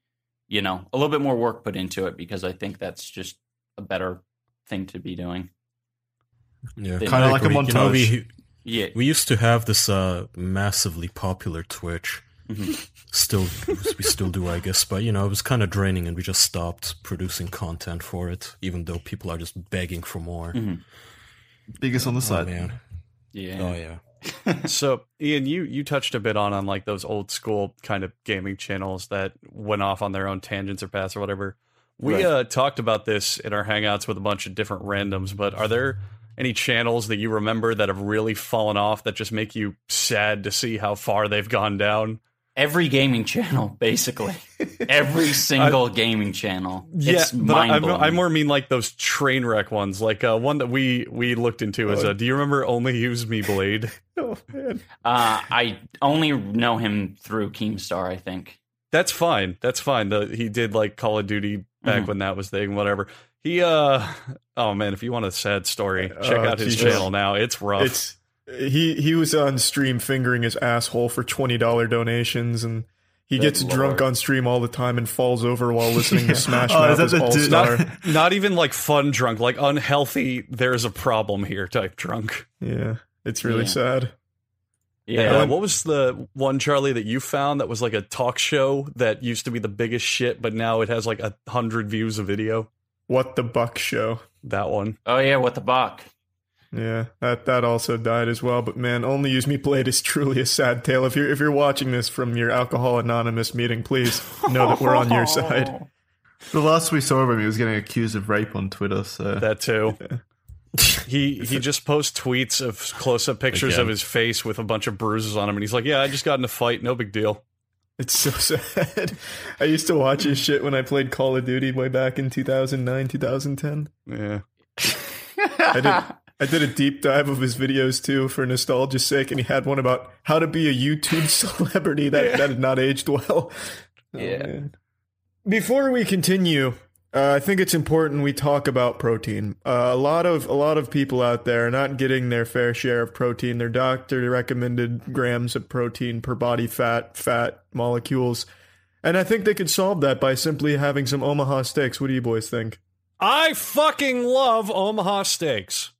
S2: you know, a little bit more work put into it because I think that's just a better thing to be doing.
S6: Yeah,
S2: Kinda
S6: I
S3: like a
S6: agree. You know,
S3: montage.
S6: we,
S2: Yeah,
S6: we used to have this uh, massively popular Twitch.
S2: Mhm.
S6: Still, we still do, I guess. But you know, it was kind of draining, and we just stopped producing content for it, even though people are just begging for more.
S2: Mhm.
S3: biggest on the
S6: Oh
S3: side.
S6: man!
S2: yeah,
S6: Oh Mm-hmm. yeah!
S4: so Ian, you you touched a bit on on like those old school kind of gaming channels that went off on their own tangents or paths or whatever. We
S3: Right.
S4: uh, talked about this in our hangouts with a bunch of different randoms, but are there any channels that you remember that have really fallen off that just make you sad to see how far they've gone down?
S2: every gaming channel basically, every single gaming channel.
S4: Yeah,
S2: it's
S4: but I, I,
S2: mind-blowing.
S4: I more mean like those train wreck ones, like uh, one that we we looked into is uh, do you remember Only Use Me Blade?
S1: Oh man,
S2: Uh, I only know him through Keemstar. I think.
S4: That's fine. That's fine. The, he did like Call of Duty back
S2: Mhm.
S4: when that was thing, whatever. He uh oh man, if you want a sad story, check
S1: Oh,
S4: out his
S1: Jesus.
S4: channel now. It's rough.
S1: it's he he was on stream fingering his asshole for twenty dollar donations, and he
S2: Good
S1: gets
S2: lord.
S1: drunk on stream all the time and falls over while listening to Smash
S3: Oh,
S1: Mouth
S3: is that
S1: as
S3: the
S1: All
S3: dude-
S1: Star.
S4: not even like fun drunk, like unhealthy, there's a problem here type drunk.
S1: yeah, it's really
S2: Yeah.
S1: sad.
S4: Yeah.
S2: Yeah,
S4: what was the one Charlie that you found that was like a talk show that used to be the biggest shit, but now it has like a hundred views a video?
S1: What the buck show?
S4: That one.
S2: Oh yeah, what the buck?
S1: Yeah, that that also died as well. But man, only use me played is truly a sad tale. If you're if you're watching this from your Alcohol Anonymous meeting, please know that we're on your side.
S3: The last we saw of him, he was getting accused of rape on Twitter. So
S4: That too. He he just posts tweets of close up pictures of
S6: Again.
S4: his face with a bunch of bruises on him, and he's like, "Yeah, I just got in a fight. No big deal."
S1: It's so sad. I used to watch his shit when I played Call of Duty way back in 2009, 2010.
S4: Yeah.
S1: I did I did a deep dive of his videos too for nostalgia's sake, and he had one about how to be a YouTube celebrity that that had not aged well. Oh,
S2: Yeah.
S1: man. Before we continue, uh, I think it's important we talk about protein. Uh, a lot of a lot of people out there are not getting their fair share of protein. Their doctor recommended grams of protein per body fat fat molecules. And I think they could solve that by simply having some Omaha steaks. What do you boys think?
S4: I fucking love Omaha steaks.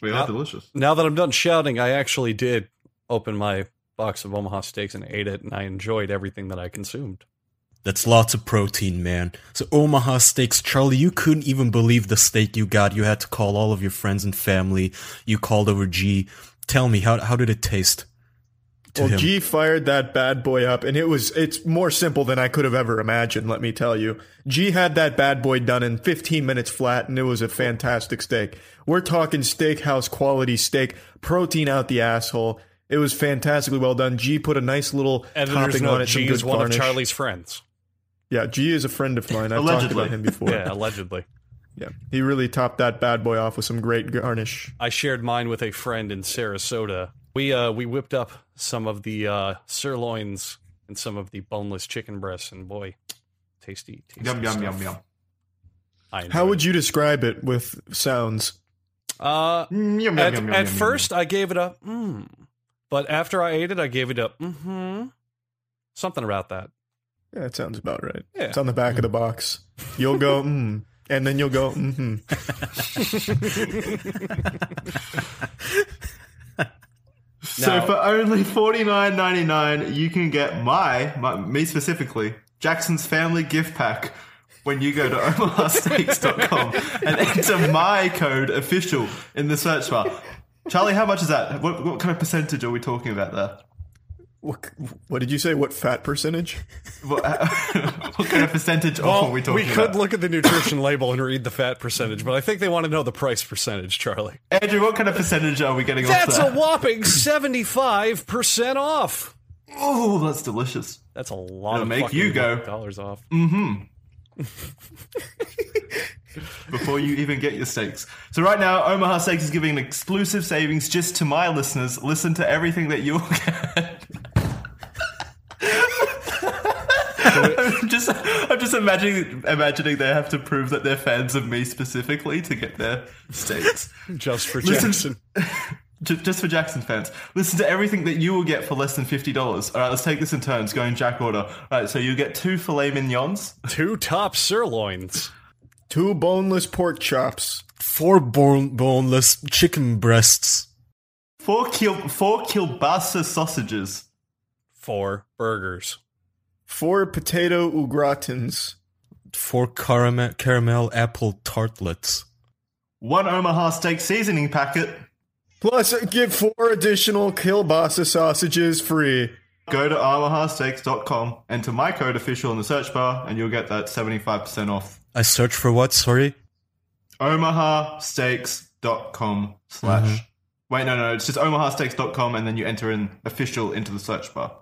S3: we are delicious.
S4: Now that I'm done shouting, I actually did open my box of Omaha steaks and ate it, and I enjoyed everything that I consumed.
S6: That's lots of protein, man. So Omaha steaks, Charlie, you couldn't even believe the steak you got. You had to call all of your friends and family. You called over G. Tell me, how how did it taste? to
S1: well,
S6: him.
S1: G fired that bad boy up, and it was it's more simple than I could have ever imagined. Let me tell you, G had that bad boy done in 15 minutes flat, and it was a fantastic steak. We're talking steakhouse quality steak, protein out the asshole. It was fantastically well done. G put a nice little
S4: Editor's
S1: topping on
S4: note:
S1: it. some
S4: G
S1: good
S4: is one
S1: garnish.
S4: of Charlie's friends.
S1: Yeah, G is a friend of mine. I've talked
S3: Allegedly.
S1: about him before.
S4: Yeah,
S1: yeah.
S4: allegedly.
S1: he really topped that bad boy off with some great garnish.
S4: I shared mine with a friend in Sarasota. We uh we whipped up some of the uh sirloins and some of the boneless chicken breasts, and boy, tasty, tasty
S3: Yum yum
S4: stuff.
S3: yum yum.
S4: I
S1: How would you describe it with sounds?
S4: uh
S3: Mm, yum, yum,
S4: at,
S3: yum, yum,
S4: at
S3: yum,
S4: first I gave it a mm, but after I ate it, I gave it a mm-hmm. Something about that.
S1: Yeah, that sounds about right.
S4: Yeah.
S1: It's on the back of the box. You'll go, mm, and then you'll go, mm-hmm.
S3: yum. So for only forty nine ninety nine, you can get my, my me specifically Jackson's family gift pack when you go to omahasteaks.com and enter my code official in the search bar. Charlie, how much is that? What, what kind of percentage are we talking about there?
S1: What, what did you say? What fat percentage?
S3: What, what kind of percentage off are we talking
S4: we could
S3: about?
S4: look at the nutrition label and read the fat percentage, but I think they want to know the price percentage, Charlie.
S3: Andrew, what kind of percentage are we getting
S4: That's a
S3: off that?
S4: whopping 75% off.
S3: oh, that's delicious.
S4: That's a lot
S3: It'll
S4: of
S3: make
S4: fucking
S3: you go. Mm.
S4: dollars off.
S3: before you even get your steaks. So right now, Omaha Steaks is giving an exclusive savings just to my listeners. Listen to everything that you'll get. I'm just, I'm just imagining, imagining they have to prove that they're fans of me specifically to get their steaks.
S4: Just for
S3: Listen-
S4: Jackson.
S3: Ju- just for Jackson fans, listen to everything that you will get for less than fifty dollars. All right, let's take this in turns. Go in Jack order. All right, so you get two filet mignons.
S4: Two top sirloins.
S1: Two boneless pork chops.
S6: Four bone- boneless chicken breasts.
S3: Four kil- four kielbasa sausages.
S4: Four burgers.
S1: Four potato au gratins.
S6: Four caramel, caramel apple tartlets.
S3: One Omaha steak seasoning packet.
S1: Plus, get four additional kielbasa sausages free.
S3: Go to omahasteaks.com, enter my code official in the search bar, and you'll get that 75% off.
S6: I search for what? Sorry?
S3: omahasteaks.com slash. Wait, no, no, it's just omahasteaks.com, and then you enter in official into the search bar.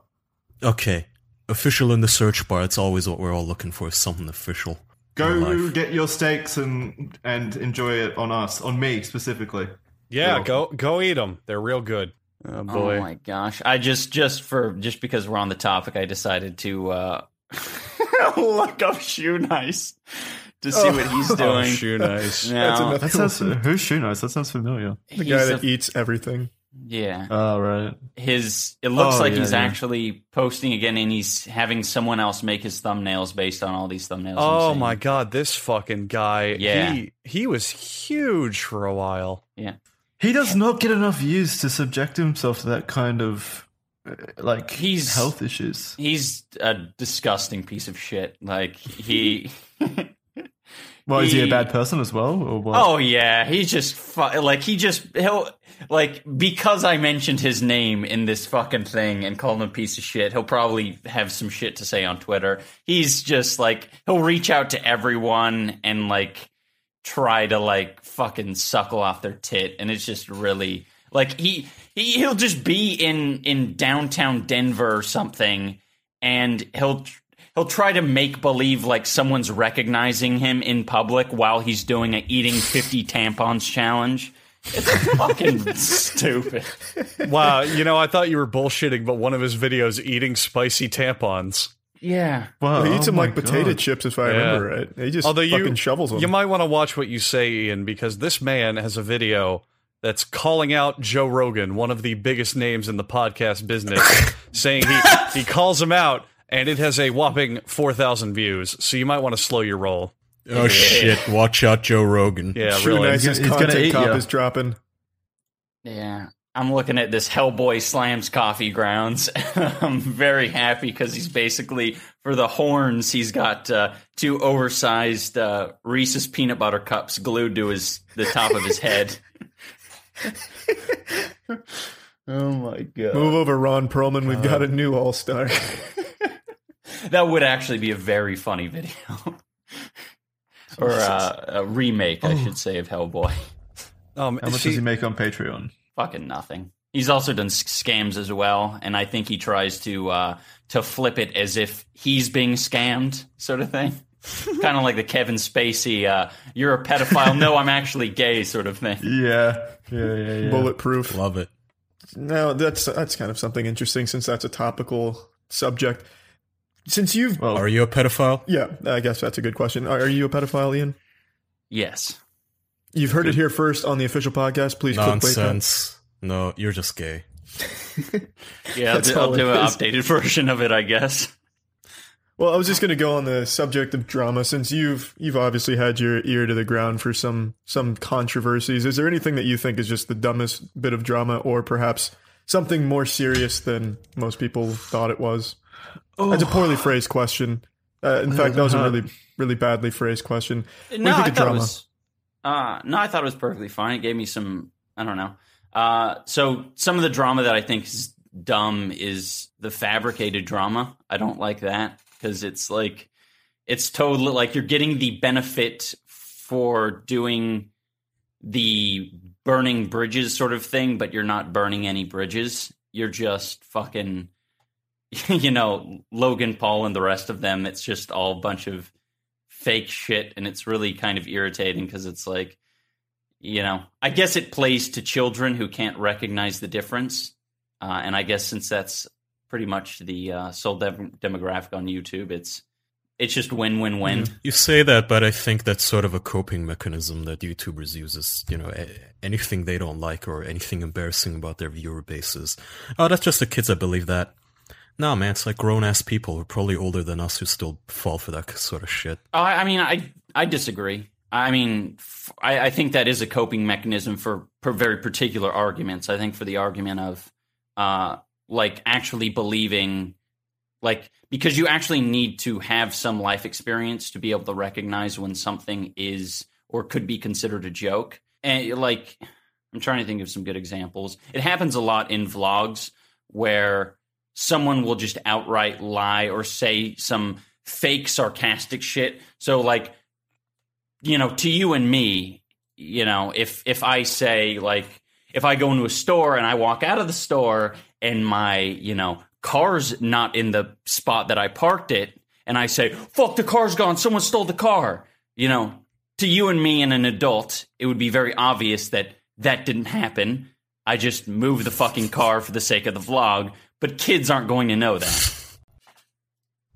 S6: Okay. Official in the search bar. It's always what we're all looking for is something official.
S3: Go
S6: Good life.
S3: get your steaks and and enjoy it on us, on me specifically.
S4: Yeah,
S3: Cool.
S4: go go eat them. They're real good.
S2: Oh boy! Oh my gosh! I just just for just because we're on the topic, I decided to uh look up Shoe Nice to see what he's
S4: Oh.
S2: doing.
S4: nice.
S2: Now,
S1: That's another
S3: That sounds, who's Shoe Knows? That sounds familiar.
S1: the
S2: he's
S1: guy
S2: a-
S1: that eats everything.
S2: yeah,
S3: Oh, right.
S2: his it looks
S3: Oh,
S2: like
S3: yeah,
S2: he's
S3: yeah.
S2: actually posting again, and he's having someone else make his thumbnails based on all these thumbnails. I'm
S4: Oh
S2: seeing.
S4: my god, this fucking guy.
S2: Yeah.
S4: He he was huge for a while.
S3: He does not get enough views to subject himself to that kind of, uh, like,
S2: He's-
S3: health issues.
S2: He's a disgusting piece of shit. Like he.
S3: Well, is he a
S2: He-
S3: bad person as well, or what?
S2: Oh yeah, he's just fu- like he just he'll like because I mentioned his name in this fucking thing and called him a piece of shit. He'll probably have some shit to say on Twitter. He's just like he'll reach out to everyone and like try to like fucking suckle off their tit, and it's just really like he, he he'll just be in in downtown Denver or something, and he'll he'll try to make believe like someone's recognizing him in public while he's doing a eating 50 tampons challenge. It's fucking stupid.
S4: Wow, you know, I thought you were bullshitting, but one of his videos eating spicy tampons.
S2: Yeah.
S3: Wow,
S1: he eats
S3: oh
S1: them like
S3: my
S1: potato
S3: God.
S1: chips, if I
S4: Yeah.
S1: remember right. He just
S4: Although you
S1: fucking shovels them.
S4: you might want to watch what you say, Ian, because this man has a video that's calling out Joe Rogan, one of the biggest names in the podcast business, saying he he calls him out, and it has a whopping four thousand views. So you might want to slow your roll.
S6: Oh shit, watch out, Joe Rogan.
S4: Yeah,
S1: Shoe
S4: really.
S1: Nice's
S3: He's gonna- he's gonna
S1: content
S3: eat
S1: cop
S3: ya.
S1: is dropping.
S2: Yeah. I'm looking at this Hellboy Slams Coffee Grounds. I'm very happy because he's basically, for the horns, he's got uh, two oversized uh, Reese's peanut butter cups glued to his the top of his head. Oh my god.
S1: Move over, Ron Perlman. We've got a new all star.
S2: that would actually be a very funny video. or uh, a remake, I should say, of Hellboy.
S4: Um,
S3: How much
S4: she-
S3: does he make on Patreon?
S2: Fucking nothing. He's also done s- scams as well, and I think he tries to uh, to flip it as if he's being scammed, sort of thing. kind of like the Kevin Spacey, uh, "You're a pedophile." no, I'm actually gay, sort of thing.
S3: Yeah, yeah, yeah, yeah.
S1: Bulletproof.
S6: Love it.
S1: No, that's that's kind of something interesting since that's a topical subject. Since you've
S3: Well,
S6: Are you a pedophile?
S1: yeah, I guess that's a good question. Are, are you a pedophile, Ian?
S2: Yes.
S1: You've heard it here first on the official podcast. Please clickbait that.
S6: Nonsense. No, you're just gay.
S2: Yeah, I'll
S1: That's
S2: do, I'll
S1: all
S2: do
S1: it
S2: an
S1: is.
S2: updated version of it, I guess.
S1: Well, I was just going to go on the subject of drama since you've you've obviously had your ear to the ground for some some controversies. Is there anything that you think is just the dumbest bit of drama, or perhaps something more serious than most people thought it was? That's a poorly phrased question. Uh, in fact, that was a really really badly phrased question. do
S2: no,
S1: you think
S2: I
S1: of
S2: thought
S1: drama?
S2: it was. Uh, no, I thought it was perfectly fine. It gave me some. I don't know. Uh, so some of the drama that I think is dumb is the fabricated drama. I don't like that because it's like it's totally like you're getting the benefit for doing the burning bridges sort of thing, but you're not burning any bridges. You're just fucking, you know, Logan Paul and the rest of them. It's just all a bunch of fake shit, and it's really kind of irritating because it's like, you know, I guess it plays to children who can't recognize the difference, uh, and I guess since that's pretty much the uh, sole dem- demographic on YouTube, it's it's just win win win.
S6: You say that, but I think that's sort of a coping mechanism that YouTubers use is, you know, a- anything they don't like or anything embarrassing about their viewer bases. Oh, that's just the kids that believe that. Nah, man, it's like grown ass people who are probably older than us who still fall for that sort of shit.
S2: Oh, I I mean, I I disagree. I mean, f- I, I think that is a coping mechanism for, for very particular arguments. I think for the argument of uh, like actually believing, like because you actually need to have some life experience to be able to recognize when something is or could be considered a joke. And like, I'm trying to think of some good examples. It happens a lot in vlogs where someone will just outright lie or say some fake sarcastic shit. So like you know, to you and me, you know, if if I say like if I go into a store and I walk out of the store and my, you know, car's not in the spot that I parked it and I say, "Fuck, the car's gone. Someone stole the car." You know, to you and me and an adult, it would be very obvious that that didn't happen. I just moved the fucking car for the sake of the vlog, but kids aren't going to know that.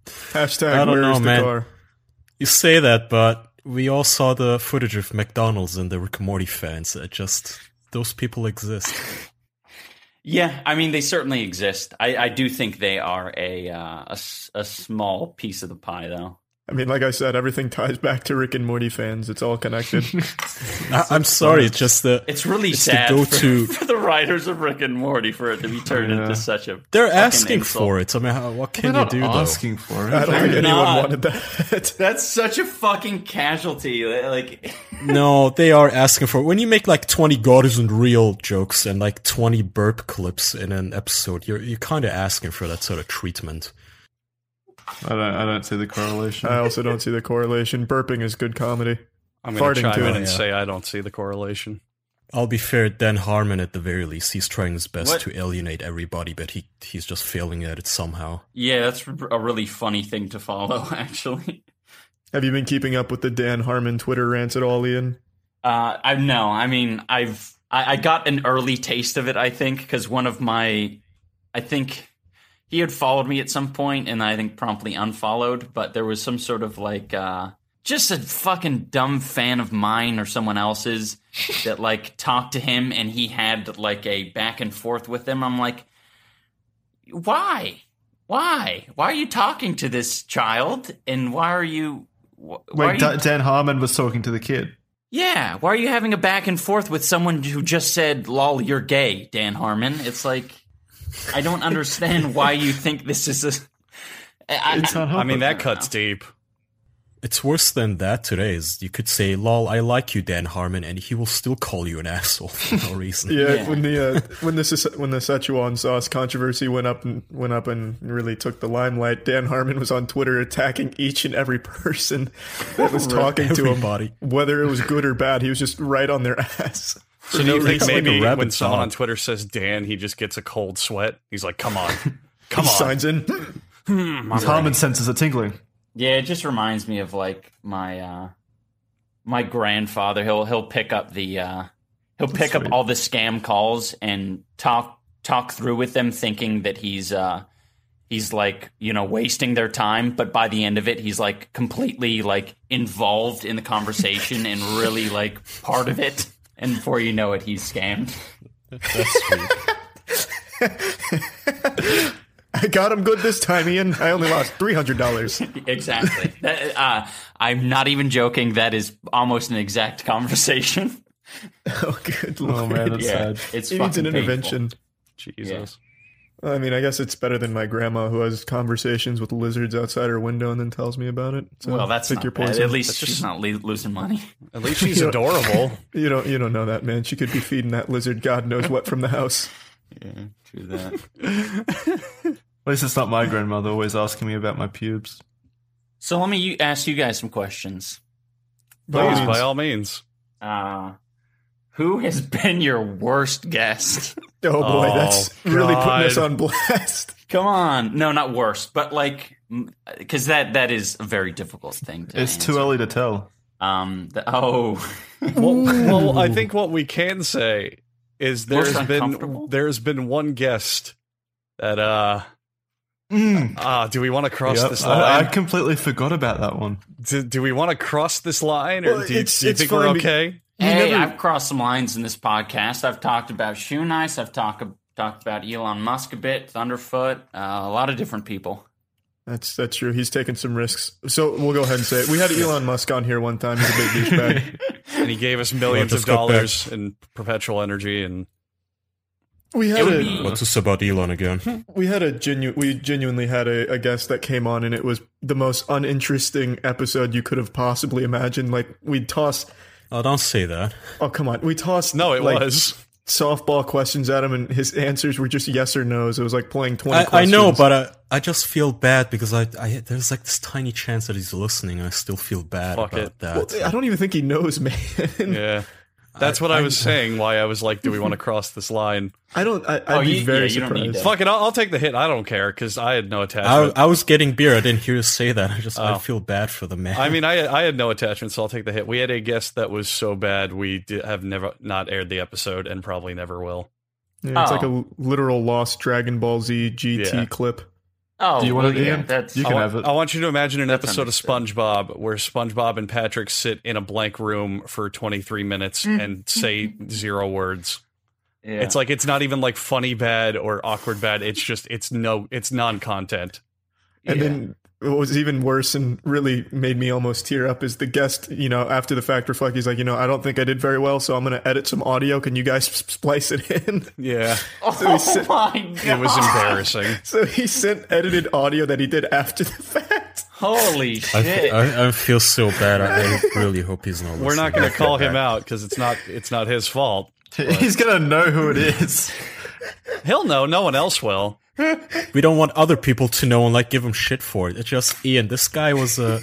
S1: Hashtag
S6: I don't
S1: where
S6: know,
S1: is the
S6: man.
S1: car?
S6: You say that, but we all saw the footage of McDonald's and the Rick and Morty fans. That just those people exist.
S2: Yeah, I mean they certainly exist. I, I do think they are a, uh, a s- a small piece of the pie, though.
S1: I mean, like I said, everything ties back to Rick and Morty fans. It's all connected.
S6: I, I'm sorry, it's just the
S2: It's really
S6: It's the
S2: sad
S6: go-to.
S2: for, for the writers of Rick and Morty for it to be turned
S3: Yeah.
S2: into such a.
S6: they're
S2: fucking
S6: asking
S2: insult.
S6: for it. I mean, how, what
S3: They're
S6: can you
S3: not
S6: do though?
S3: asking for it.
S1: I don't think anyone
S2: not.
S1: wanted that.
S2: That's such a fucking casualty. Like,
S6: No, they are asking for it. When you make like 20 God isn't real jokes and like 20 burp clips in an episode, you're you're kind of asking for that sort of treatment.
S3: I don't. I don't see the correlation.
S1: I also don't see the correlation. Burping is good comedy.
S4: I'm going to
S1: Farting
S4: chime
S1: too,
S4: in and
S6: yeah.
S4: say I don't see the correlation.
S6: I'll be fair, Dan Harmon at the very least, he's trying his best
S2: What?
S6: to alienate everybody, but he he's just failing at it somehow.
S2: yeah, that's a really funny thing to follow, actually.
S1: Have you been keeping up with the Dan Harmon Twitter rants at all, Ian?
S2: Uh, I no, I mean, I've I, I got an early taste of it. I think because one of my, I think he had followed me at some point, and I think promptly unfollowed. But there was some sort of like, uh, just a fucking dumb fan of mine or someone else's that like talked to him, and he had like a back and forth with them. I'm like, why? Why? Why are you talking to this child? And why are you? Wh- why are
S3: Wait,
S2: you
S3: Da- Dan Harmon was talking to the kid.
S2: yeah, why are you having a back and forth with someone who just said, lol, you're gay, Dan Harmon? It's like, I don't understand why you think this is a. I,
S3: It's not
S4: I
S3: Harmon.
S4: mean, that cuts deep.
S6: It's worse than that today. Is you could say, "Lol, I like you, Dan Harmon," and he will still call you an asshole for no reason.
S1: Yeah,
S2: Yeah.
S1: when the uh, when the Sece- when the Szechuan sauce controversy went up and went up and really took the limelight, Dan Harmon was on Twitter attacking each and every person that was talking to him,
S6: Everybody.
S1: whether it was good or bad. He was just right on their ass.
S4: So do you
S6: no,
S4: think
S6: it's like a
S4: maybe
S6: rabbit
S4: when someone
S6: song.
S4: on Twitter says Dan, he just gets a cold sweat? He's like, come on. Come
S1: He
S4: on.
S1: signs in.
S3: Harmon senses are tingling.
S2: Yeah, it just reminds me of like my uh my grandfather. He'll he'll pick up the uh he'll pick up all the scam calls and talk talk through with them thinking that he's uh he's like, you know, wasting their time, but by the end of it he's like completely like involved in the conversation and really like part of it. And before you know it, he's scammed.
S6: That's sweet.
S1: I got him good this time, Ian. I only lost three hundred dollars.
S2: Exactly. That, uh, I'm not even joking. That is almost an exact conversation.
S1: Oh, good
S3: Oh
S1: lord!
S3: man, that's sad.
S2: It's
S1: he needs an
S2: fucking painful.
S1: intervention.
S4: Jesus.
S1: I mean, I guess it's better than my grandma who has conversations with lizards outside her window and then tells me about it. So
S2: Well, that's
S1: pick
S2: not
S1: your
S2: bad.
S1: poison.
S2: At least she's not le- losing money.
S4: At least she's adorable.
S1: You don't you don't know that man. She could be feeding that lizard God knows what from the house.
S2: Yeah, true that.
S3: At least it's not my grandmother always asking me about my pubes.
S2: so let me you- ask you guys some questions.
S1: all
S4: Please,
S1: means.
S4: by all means.
S2: Uh, who has been your worst guest?
S1: Oh boy,
S4: Oh,
S1: that's really putting us
S4: God.
S1: on blast.
S2: Come on, no, not worst, but like, because that that is a very difficult thing. To
S3: It's
S2: answer.
S3: too early to tell.
S2: Um, the, oh,
S4: Well, well, I think what we can say is
S2: Most
S4: there's been
S2: uncomfortable?
S4: there's been one guest that uh ah do we want to cross
S3: Yep,
S4: this
S3: I, I
S4: line?
S3: completely forgot about that one.
S4: do, do we want to cross this line, or
S1: Well,
S4: do you,
S1: it's-
S4: do you
S1: it's
S4: think we're
S1: fine be-
S4: okay?
S2: Hey,
S1: never-
S2: I've crossed some lines in this podcast. I've talked about Shoe Nice. I've talked talked about Elon Musk a bit, Thunderfoot, uh, a lot of different people.
S1: That's that's true. He's taking some risks. So we'll go ahead and say it. We had Elon Musk on here one time. He's a big douchebag.
S4: And he gave us millions
S6: just
S4: of
S6: go back.
S4: dollars in perpetual energy, and
S1: We
S2: It
S1: had
S2: would
S1: a
S2: be-
S6: What's this about Elon again? Hmm.
S1: we had a genu- we genuinely had a, a guest that came on and it was the most uninteresting episode you could have possibly imagined. Like we'd toss
S6: Oh, don't say that.
S1: oh come on. We tossed
S4: no, it
S1: like,
S4: was
S1: softball questions at him and his answers were just yes or no's. It was like playing twenty
S6: I, I
S1: questions.
S6: know, but I, I just feel bad because I, I there's like this tiny chance that he's listening. I still feel bad
S4: Fuck
S6: about
S4: it.
S6: that.
S1: I don't even think he knows, man.
S4: yeah. That's what I, was saying. Why I was like, do we want to cross this line?
S1: I don't. I, I'd
S2: Oh,
S1: be
S2: you-
S1: very
S2: yeah, you don't need
S1: surprised.
S2: that.
S4: Fuck it, I'll, I'll take the hit. I don't care because I had no
S6: I,
S4: attachment.
S6: I was getting beer. I didn't hear you say that. I just I feel bad for the man.
S4: Oh. I mean, I I had no attachment, so I'll take the hit. We had a guest that was so bad we di have never not aired the episode and probably never will.
S1: Yeah, it's
S2: Oh.
S1: like a literal lost Dragon Ball Z GT
S4: Yeah.
S1: clip.
S2: Oh,
S3: Do you want
S2: well,
S3: it,
S2: yeah,
S3: Ian?
S2: That's
S3: You
S4: I
S3: can
S4: wa-
S3: have it.
S4: I want you to imagine an episode of
S2: understood.
S4: SpongeBob where SpongeBob and Patrick sit in a blank room for 23 minutes and say zero words.
S2: yeah.
S4: It's like it's not even like funny bad or awkward bad. It's just it's no it's non-content.
S1: And
S2: Yeah.
S1: then what was even worse and really made me almost tear up is the guest, you know, after the fact reflect, he's like, you know, I don't think I did very well, so I'm going to edit some audio. Can you guys s- splice it in?
S4: Yeah,
S1: So he, sent,
S2: Oh my
S4: it
S2: god!
S4: was embarrassing.
S1: so he sent edited audio that he did after the fact.
S2: Holy
S6: I,
S2: shit!
S6: f- I, I feel so bad. I, I really hope he's not.
S4: We're not going to call him out because it's not it's not his fault.
S3: He's gonna know who it is.
S4: He'll know. No one else will.
S6: We don't want other people to know and like give him shit for it. It's just Ian. This guy was a.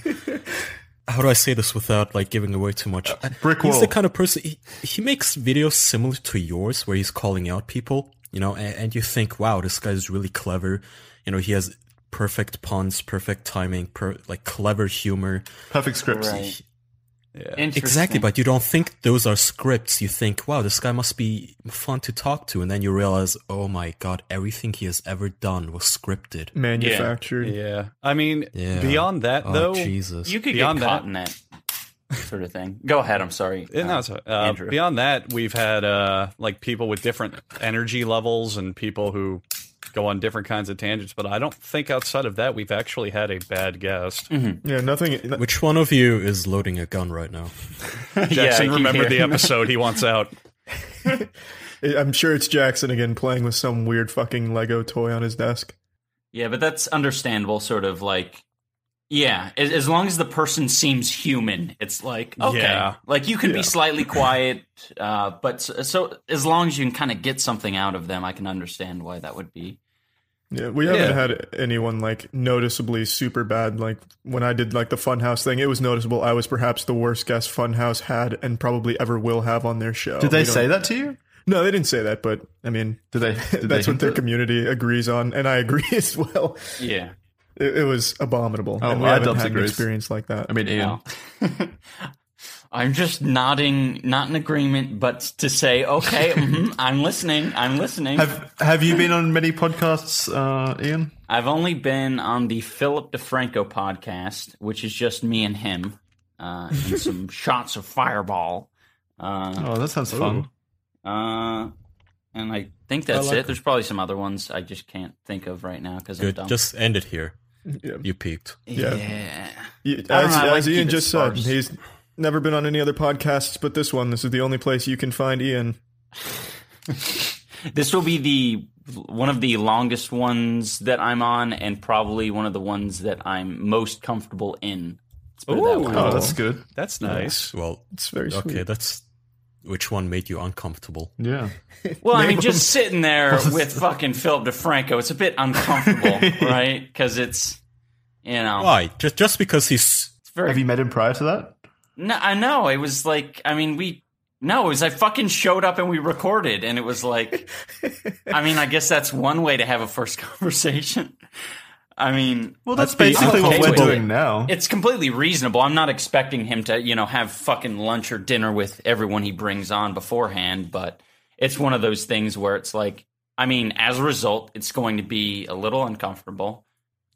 S6: How do I say this without like giving away too much?
S4: Uh,
S3: brick
S6: He's
S3: wall.
S6: the kind of person. He, he makes videos similar to yours where he's calling out people, you know, and, and you think, wow, this guy's really clever. You know, he has perfect puns, perfect timing, per, like clever humor.
S3: Perfect scripts.
S2: Right.
S4: Yeah.
S2: Interesting.
S6: Exactly, but you don't think those are scripts. You think, wow, this guy must be fun to talk to. And then you realize, oh my god, everything he has ever done was scripted.
S2: Mm.
S1: Manufactured.
S4: Yeah. I mean,
S6: Yeah.
S4: beyond that,
S6: Oh,
S4: though.
S6: Jesus.
S2: you could
S4: Beyond
S2: get caught in that sort of thing. Go ahead. I'm sorry.
S4: Yeah, no, it's, uh,
S2: Andrew.
S4: beyond that, we've had uh, like people with different energy levels and people who go on different kinds of tangents. But I don't think outside of that, we've actually had a bad guest.
S1: Yeah, nothing.
S6: Which one of you is loading a gun right now?
S4: Jackson
S2: I keep
S4: remembered the
S2: hearing-
S4: episode he wants out.
S1: I'm sure it's Jackson again playing with some weird fucking Lego toy on his desk.
S2: Yeah, but that's understandable. Sort of like Yeah, as, as long as the person seems human, it's like okay,
S4: Yeah.
S2: like you can be slightly quiet, uh, but so, so as long as you can kind of get something out of them, I can understand why that would be.
S1: Yeah, we haven't had anyone like noticeably super bad. Like when I did like the Funhouse thing, it was noticeable. I was perhaps the worst guest Funhouse had and probably ever will have on their show.
S3: Did they
S1: We don't-
S3: say that to you?
S1: No, they didn't say that, but I mean,
S3: Did they? Did
S1: that's
S3: they
S1: what their
S3: hint it?
S1: community agrees on, and I agree as well.
S2: Yeah.
S1: It, it was abominable.
S3: Oh,
S1: and we
S3: well,
S1: haven't
S3: Adubs
S1: had an
S3: agrees.
S1: experience like that.
S3: I mean, Ian.
S2: Well, I'm just nodding, not in agreement, but to say, okay, mhm, I'm listening, I'm listening. I've,
S3: Have Have you been on many podcasts, uh, Ian?
S2: only been on the Philip DeFranco podcast, which is just me and him, uh, and some shots of Fireball. Uh,
S3: Oh, that sounds fun.
S2: uh, and I think that's
S6: like
S2: it. There's probably some other ones I just can't think of right now because I'm
S6: Good.
S2: dumb.
S6: Just end it here.
S1: Yeah.
S6: You peaked.
S1: yeah.
S2: yeah.
S1: You-
S2: I don't
S1: as
S2: know, I like
S1: as
S2: to keep
S1: Ian
S2: it
S1: just
S2: sparse.
S1: said, he's never been on any other podcasts but this one. This is the only place you can find Ian.
S2: This will be the one of the longest ones that I'm on, and probably one of the ones that I'm most comfortable in. Let's put it that way.
S3: Oh, that's good.
S4: That's nice.
S6: Well,
S1: It's very sweet.
S6: okay, that's which one made you uncomfortable?
S3: Yeah.
S2: Well, I mean, just sitting there with fucking Philip DeFranco, it's a bit uncomfortable, right? Because it's you know,
S6: Why? Just just because he's
S2: it's very.
S3: Have you met him prior to that?
S2: no, I know it was like I mean we. No, it was I fucking showed up and we recorded, and it was like, I mean, I guess that's one way to have a first conversation. I mean,
S3: Well, that's
S2: be
S3: basically
S2: okay
S3: what we're
S2: with it.
S3: doing now.
S2: It's completely reasonable. I'm not expecting him to, you know, have fucking lunch or dinner with everyone he brings on beforehand, but it's one of those things where it's like, I mean, as a result, it's going to be a little uncomfortable.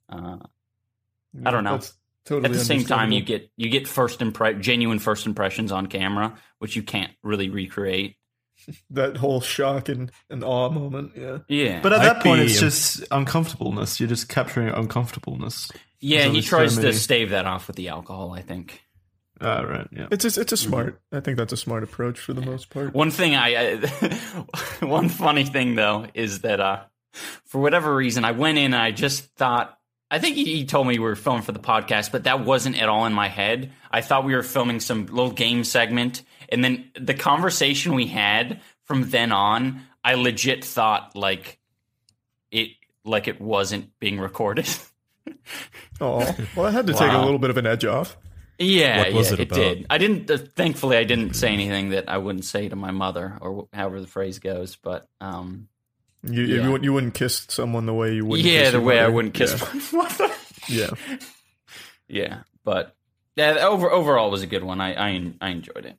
S2: Uh, I don't know.
S1: That's totally
S2: At the same time, you
S1: understandable.
S2: get you get first impre- genuine first impressions on camera, which you can't really recreate.
S1: that whole shock and, and awe moment. Yeah.
S2: Yeah,
S3: But at
S6: I'd
S3: that point,
S6: be-
S3: it's just uncomfortableness. You're just capturing uncomfortableness.
S2: yeah, he
S3: there's so
S2: tries to
S3: many-
S2: stave that off with the alcohol. I think.
S3: Ah, right. Yeah.
S1: It's just, it's a smart. I think that's a smart approach for the most part.
S2: One thing I, I one funny thing though is that uh for whatever reason I went in and I just thought I think he he told me we were filming for the podcast, but that wasn't at all in my head. I thought we were filming some little game segment and then the conversation we had from then on, I legit thought like it like it wasn't being recorded.
S1: Oh, well, I had to take a
S2: Wow.
S1: little bit of an edge off.
S2: yeah,
S6: What was
S2: yeah,
S6: it about?
S2: did. I didn't uh, thankfully I didn't say anything that I wouldn't say to my mother or wh- however the phrase goes, but um
S1: You, you
S2: Yeah.
S1: wouldn't- you wouldn't kiss someone the way you would.
S2: yeah,
S1: kiss
S2: the
S1: your
S2: way I
S1: mother.
S2: wouldn't kiss
S1: Yeah.
S2: my mother.
S1: Yeah.
S2: Yeah, but yeah, the over overall was a good one. I I, en- I enjoyed it.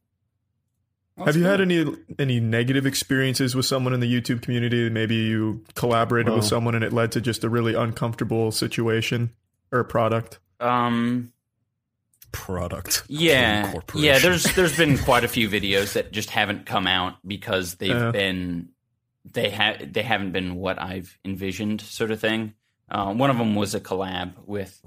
S1: Have you had any any negative experiences with someone in the YouTube community? Maybe you collaborated with
S3: Well-
S1: someone and it led to just a really uncomfortable situation or product.
S2: Um.
S6: product.
S2: Yeah.
S6: Corporation.
S2: Yeah. There's there's been quite a few videos that just haven't come out because they've
S1: Yeah.
S2: been they have they haven't been what I've envisioned, sort of thing. Uh, one of them was a collab with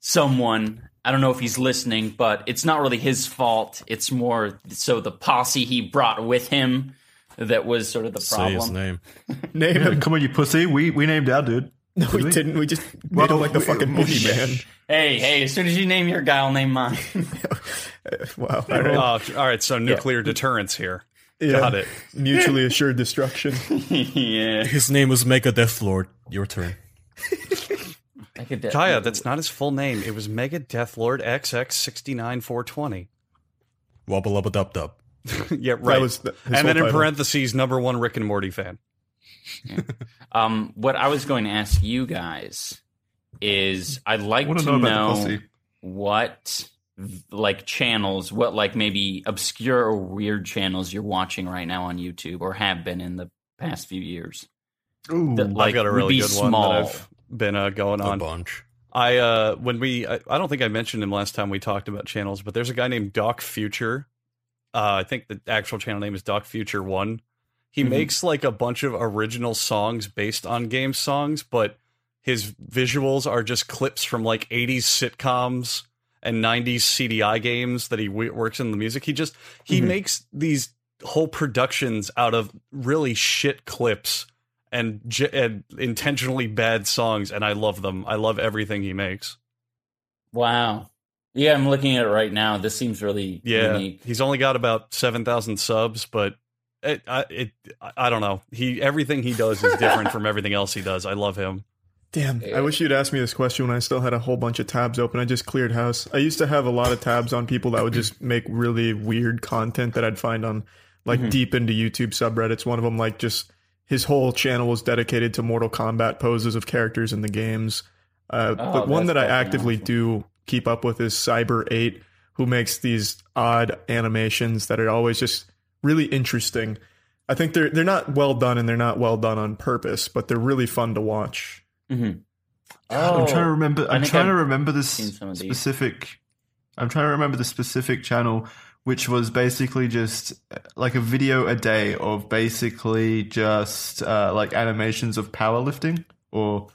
S2: someone. I don't know if he's listening, but it's not really his fault. It's more so the posse he brought with him that was sort of the
S6: say his
S2: problem.
S6: name.
S1: Name
S3: Yeah,
S1: him.
S3: come on, you pussy. We we named our dude.
S1: No, we
S3: we?
S1: didn't. We just
S3: Well,
S1: made him like the
S3: we-
S1: fucking
S3: we-
S1: boogeyman.
S2: Hey, hey! As soon as you name your guy, I'll name mine.
S1: wow. All right.
S4: Uh, all right, so nuclear deterrence here.
S1: Yeah.
S4: Got it.
S1: Mutually assured destruction.
S2: yeah,
S6: His name is Mega Death Lord. Your turn.
S2: I could. de-
S4: Kaya, that's not his full name. It was Mega Death Lord XX sixty nine four twenty.
S6: Wobble ubba dub dub.
S4: Yeah, right.
S1: That was th- his
S4: and
S1: whole
S4: then in
S1: title.
S4: parentheses, number one Rick and Morty fan.
S2: Um, what I was going to ask you guys is, I'd
S3: I
S2: like
S3: want
S2: to
S3: to know
S2: know,
S3: about the pussy.
S2: what like channels, what like maybe obscure or weird channels you're watching right now on YouTube or have been in the past few years.
S3: Ooh.
S2: That, like,
S4: I've got a
S2: would
S4: really
S2: be
S4: good
S2: small.
S4: one that I've been uh, going
S6: A
S4: on.
S6: bunch.
S4: I uh when we I, I don't think I mentioned him last time we talked about channels, but there's a guy named Doc Future. Uh, I think the actual channel name is Doc Future One. He
S2: Mhm.
S4: makes like a bunch of original songs based on game songs, but his visuals are just clips from like 80s sitcoms and 90s CDI games that he w- works in the music. He just he
S1: Mhm.
S4: makes these whole productions out of really shit clips and j- and intentionally bad songs and I love them. I love everything he makes.
S2: Wow. Yeah, I'm looking at it right now. This seems really
S4: Yeah,
S2: unique.
S4: he's only got about seven thousand subs, but it, I, it, I I don't know. He everything he does is different from everything else he does. I love him.
S1: Damn. I wish you'd asked me this question when I still had a whole bunch of tabs open. I just cleared house. I used to have a lot of tabs on people that would just make really weird content that I'd find on like
S2: Mm-hmm.
S1: deep into YouTube subreddits. One of them, like, just his whole channel was dedicated to Mortal Kombat poses of characters in the games. Uh,
S2: Oh,
S1: but one
S2: that's
S1: that I
S2: fucking
S1: actively
S2: awesome.
S1: do keep up with is Cyber 8, who makes these odd animations that are always just really interesting. I think they're they're not well done and they're not well done on purpose, but they're really fun to watch.
S2: Oh,
S3: I'm trying to remember.
S2: I
S3: I'm
S2: think
S3: trying to
S2: I've
S3: remember this
S2: seen some of these.
S3: specific. I'm trying to remember the specific channel, which was basically just uh, like a video a day of basically just uh, like animations of powerlifting or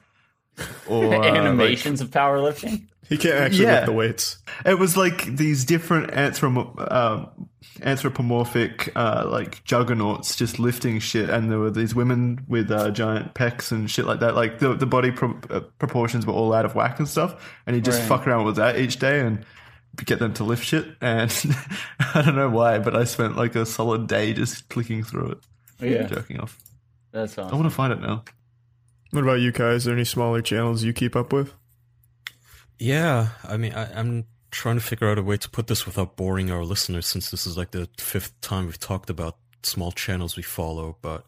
S3: or uh, like-
S2: Oh. animations of powerlifting.
S1: He can't actually
S3: Yeah.
S1: lift the weights.
S3: it was like these different anthropo- um, anthropomorphic uh, like juggernauts just lifting shit, and there were these women with uh, giant pecs and shit like that. Like the the body pro- uh, proportions were all out of whack and stuff, and he just
S2: Right.
S3: fuck around with that each day and get them to lift shit. And I don't know why, but I spent like a solid day just clicking through it, and
S2: Yeah,
S3: jerking off.
S2: that's
S3: I
S2: awesome.
S3: want to find it now.
S1: What about you guys? Are there any smaller channels you keep up with?
S6: Yeah, I mean, I, I'm trying to figure out a way to put this without boring our listeners, since this is like the fifth time we've talked about small channels we follow. But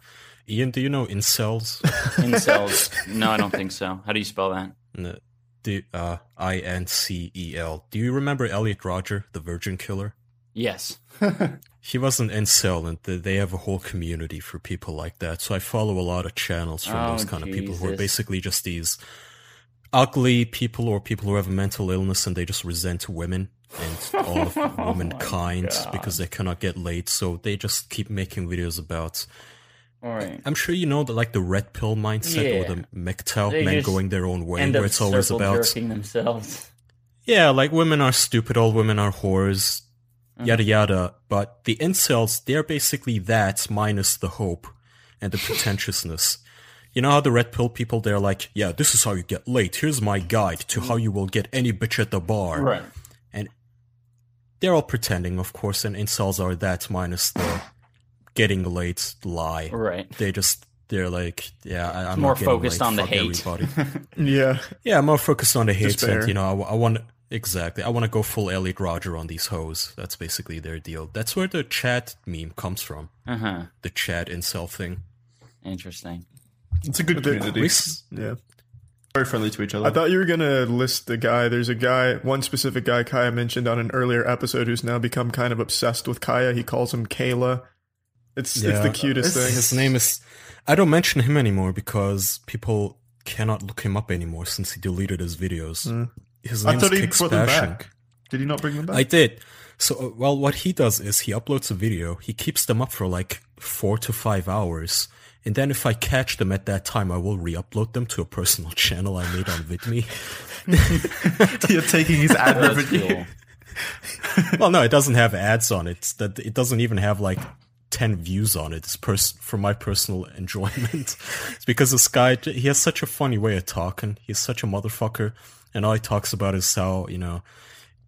S6: Ian, do you know incels?
S2: Incels. No, I don't think so. How do you spell that?
S6: N- do- uh, I N C E L. Do you remember Elliot Roger, the Virgin Killer?
S2: Yes.
S6: He was an incel, and th- they have a whole community for people like that. So I follow a lot of channels from
S2: Oh,
S6: those kind of people who are
S2: Jesus.
S6: basically just these ugly people or people who have a mental illness and they just resent women and all of
S2: Oh
S6: womankind because they cannot get laid. So they just keep making videos about.
S2: All right.
S6: I'm sure you know that, like the red pill mindset or
S2: Yeah.
S6: the MGTOW
S2: They
S6: men
S2: just
S6: going their own way,
S2: End
S6: where
S2: up
S6: it's always
S2: circle
S6: about.
S2: jerking themselves.
S6: Yeah, like women are stupid, all women are whores,
S2: Mm-hmm.
S6: yada yada. But the incels, they're basically that minus the hope and the pretentiousness. you know how the red pill people, they're like, yeah, this is how you get late. Here's my guide to how you will get any bitch at the bar.
S2: Right.
S6: They're all pretending, of course, and incels are that minus the getting late lie.
S2: Right.
S6: They just, they're like, yeah, I, I'm
S2: more
S6: not getting
S2: focused
S6: late.
S2: on the
S6: Fuck
S2: hate.
S6: Everybody.
S1: Yeah.
S6: Yeah, I'm more focused on the hate
S1: Despair.
S6: and you know, I, want exactly. I want to go full Elliot Roger on these hoes. That's basically their deal. That's where the Chad meme comes from.
S2: Uh huh.
S6: The Chad incel thing.
S2: Interesting.
S3: It's a good community.
S6: Rec-
S1: Yeah.
S3: Very friendly to each other.
S1: I thought you were going to list the guy. There's a guy, one specific guy Kaya mentioned on an earlier episode who's now become kind of obsessed with Kaya. He calls him Kayla. It's it's
S6: Yeah.
S1: the cutest
S3: It's-
S1: thing.
S6: His name is. I don't mention him anymore because people cannot look him up anymore since he deleted his videos. His
S3: I
S6: name is
S3: thought he
S6: Kix
S3: brought them
S6: Passion.
S3: back. Did he not bring them back?
S6: I did. So, uh, well, what he does is he uploads a video, he keeps them up for like four to five hours, and then if I catch them at that time, I will re upload them to a personal channel I made on VidMe.
S3: You're taking his ad
S2: That's
S3: revenue.
S2: cool.
S6: well, no, it doesn't have ads on it. It's That It doesn't even have like 10 views on it. It's pers- for my personal enjoyment. it's because this guy, he has such a funny way of talking. He's such a motherfucker. And all he talks about is how, you know,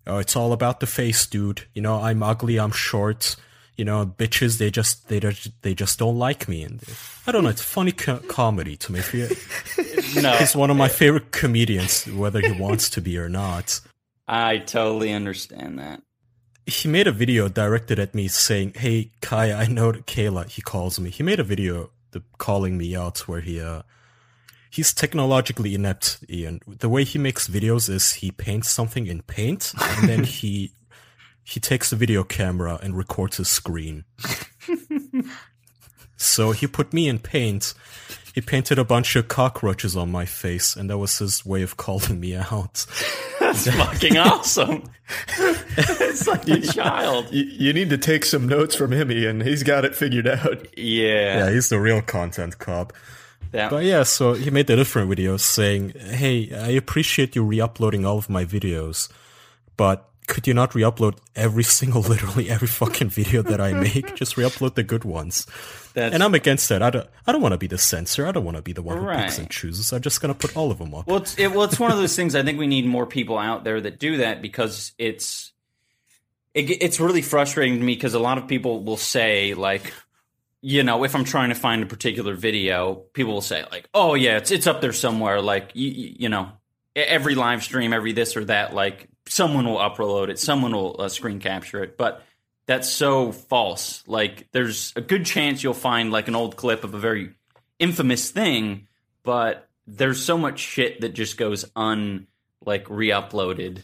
S6: Oh, it's all about the face, dude. You know, I'm ugly, I'm short. You know, bitches, they just, they just, they just don't like me. And I don't know, it's funny co- comedy to me. If you-
S2: No,
S6: He's one of my favorite comedians, whether he wants to be or not.
S2: I totally understand that.
S6: He made a video directed at me saying, "Hey, Kai, I know that Kayla." He calls me. He made a video the, calling me out where he uh, he's technologically inept. Ian, the way he makes videos is he paints something in paint and then he he takes a video camera and records his screen. so he put me in paint. He painted a bunch of cockroaches on my face, and that was his way of calling me out.
S2: That's fucking awesome. it's like a child.
S1: You, you need to take some notes from him, Ian. He's got it figured out.
S2: Yeah.
S6: Yeah, he's the real content cop.
S2: That,
S6: But yeah, so he made a different video saying, Hey, I appreciate you re uploading all of my videos, but could you not re-upload every single, literally every fucking video that I make? Just re-upload the good ones.
S2: That's-
S6: and I'm against that. I don't. I don't want to be the censor. I don't want to be the one who picks
S2: Right.
S6: and chooses. I'm just gonna put all of them up.
S2: Well, it's it, well, it's one of those things. I think we need more people out there that do that because it's it, ge- it's really frustrating to me because a lot of people will say like, you know, if I'm trying to find a particular video, people will say like, oh yeah, it's it's up there somewhere. Like you, you know, e- every live stream, every this or that, like someone will upload it, someone will uh, screen capture it, but. That's so false. Like, there's a good chance you'll find like an old clip of a very infamous thing, but there's so much shit that just goes un like re-uploaded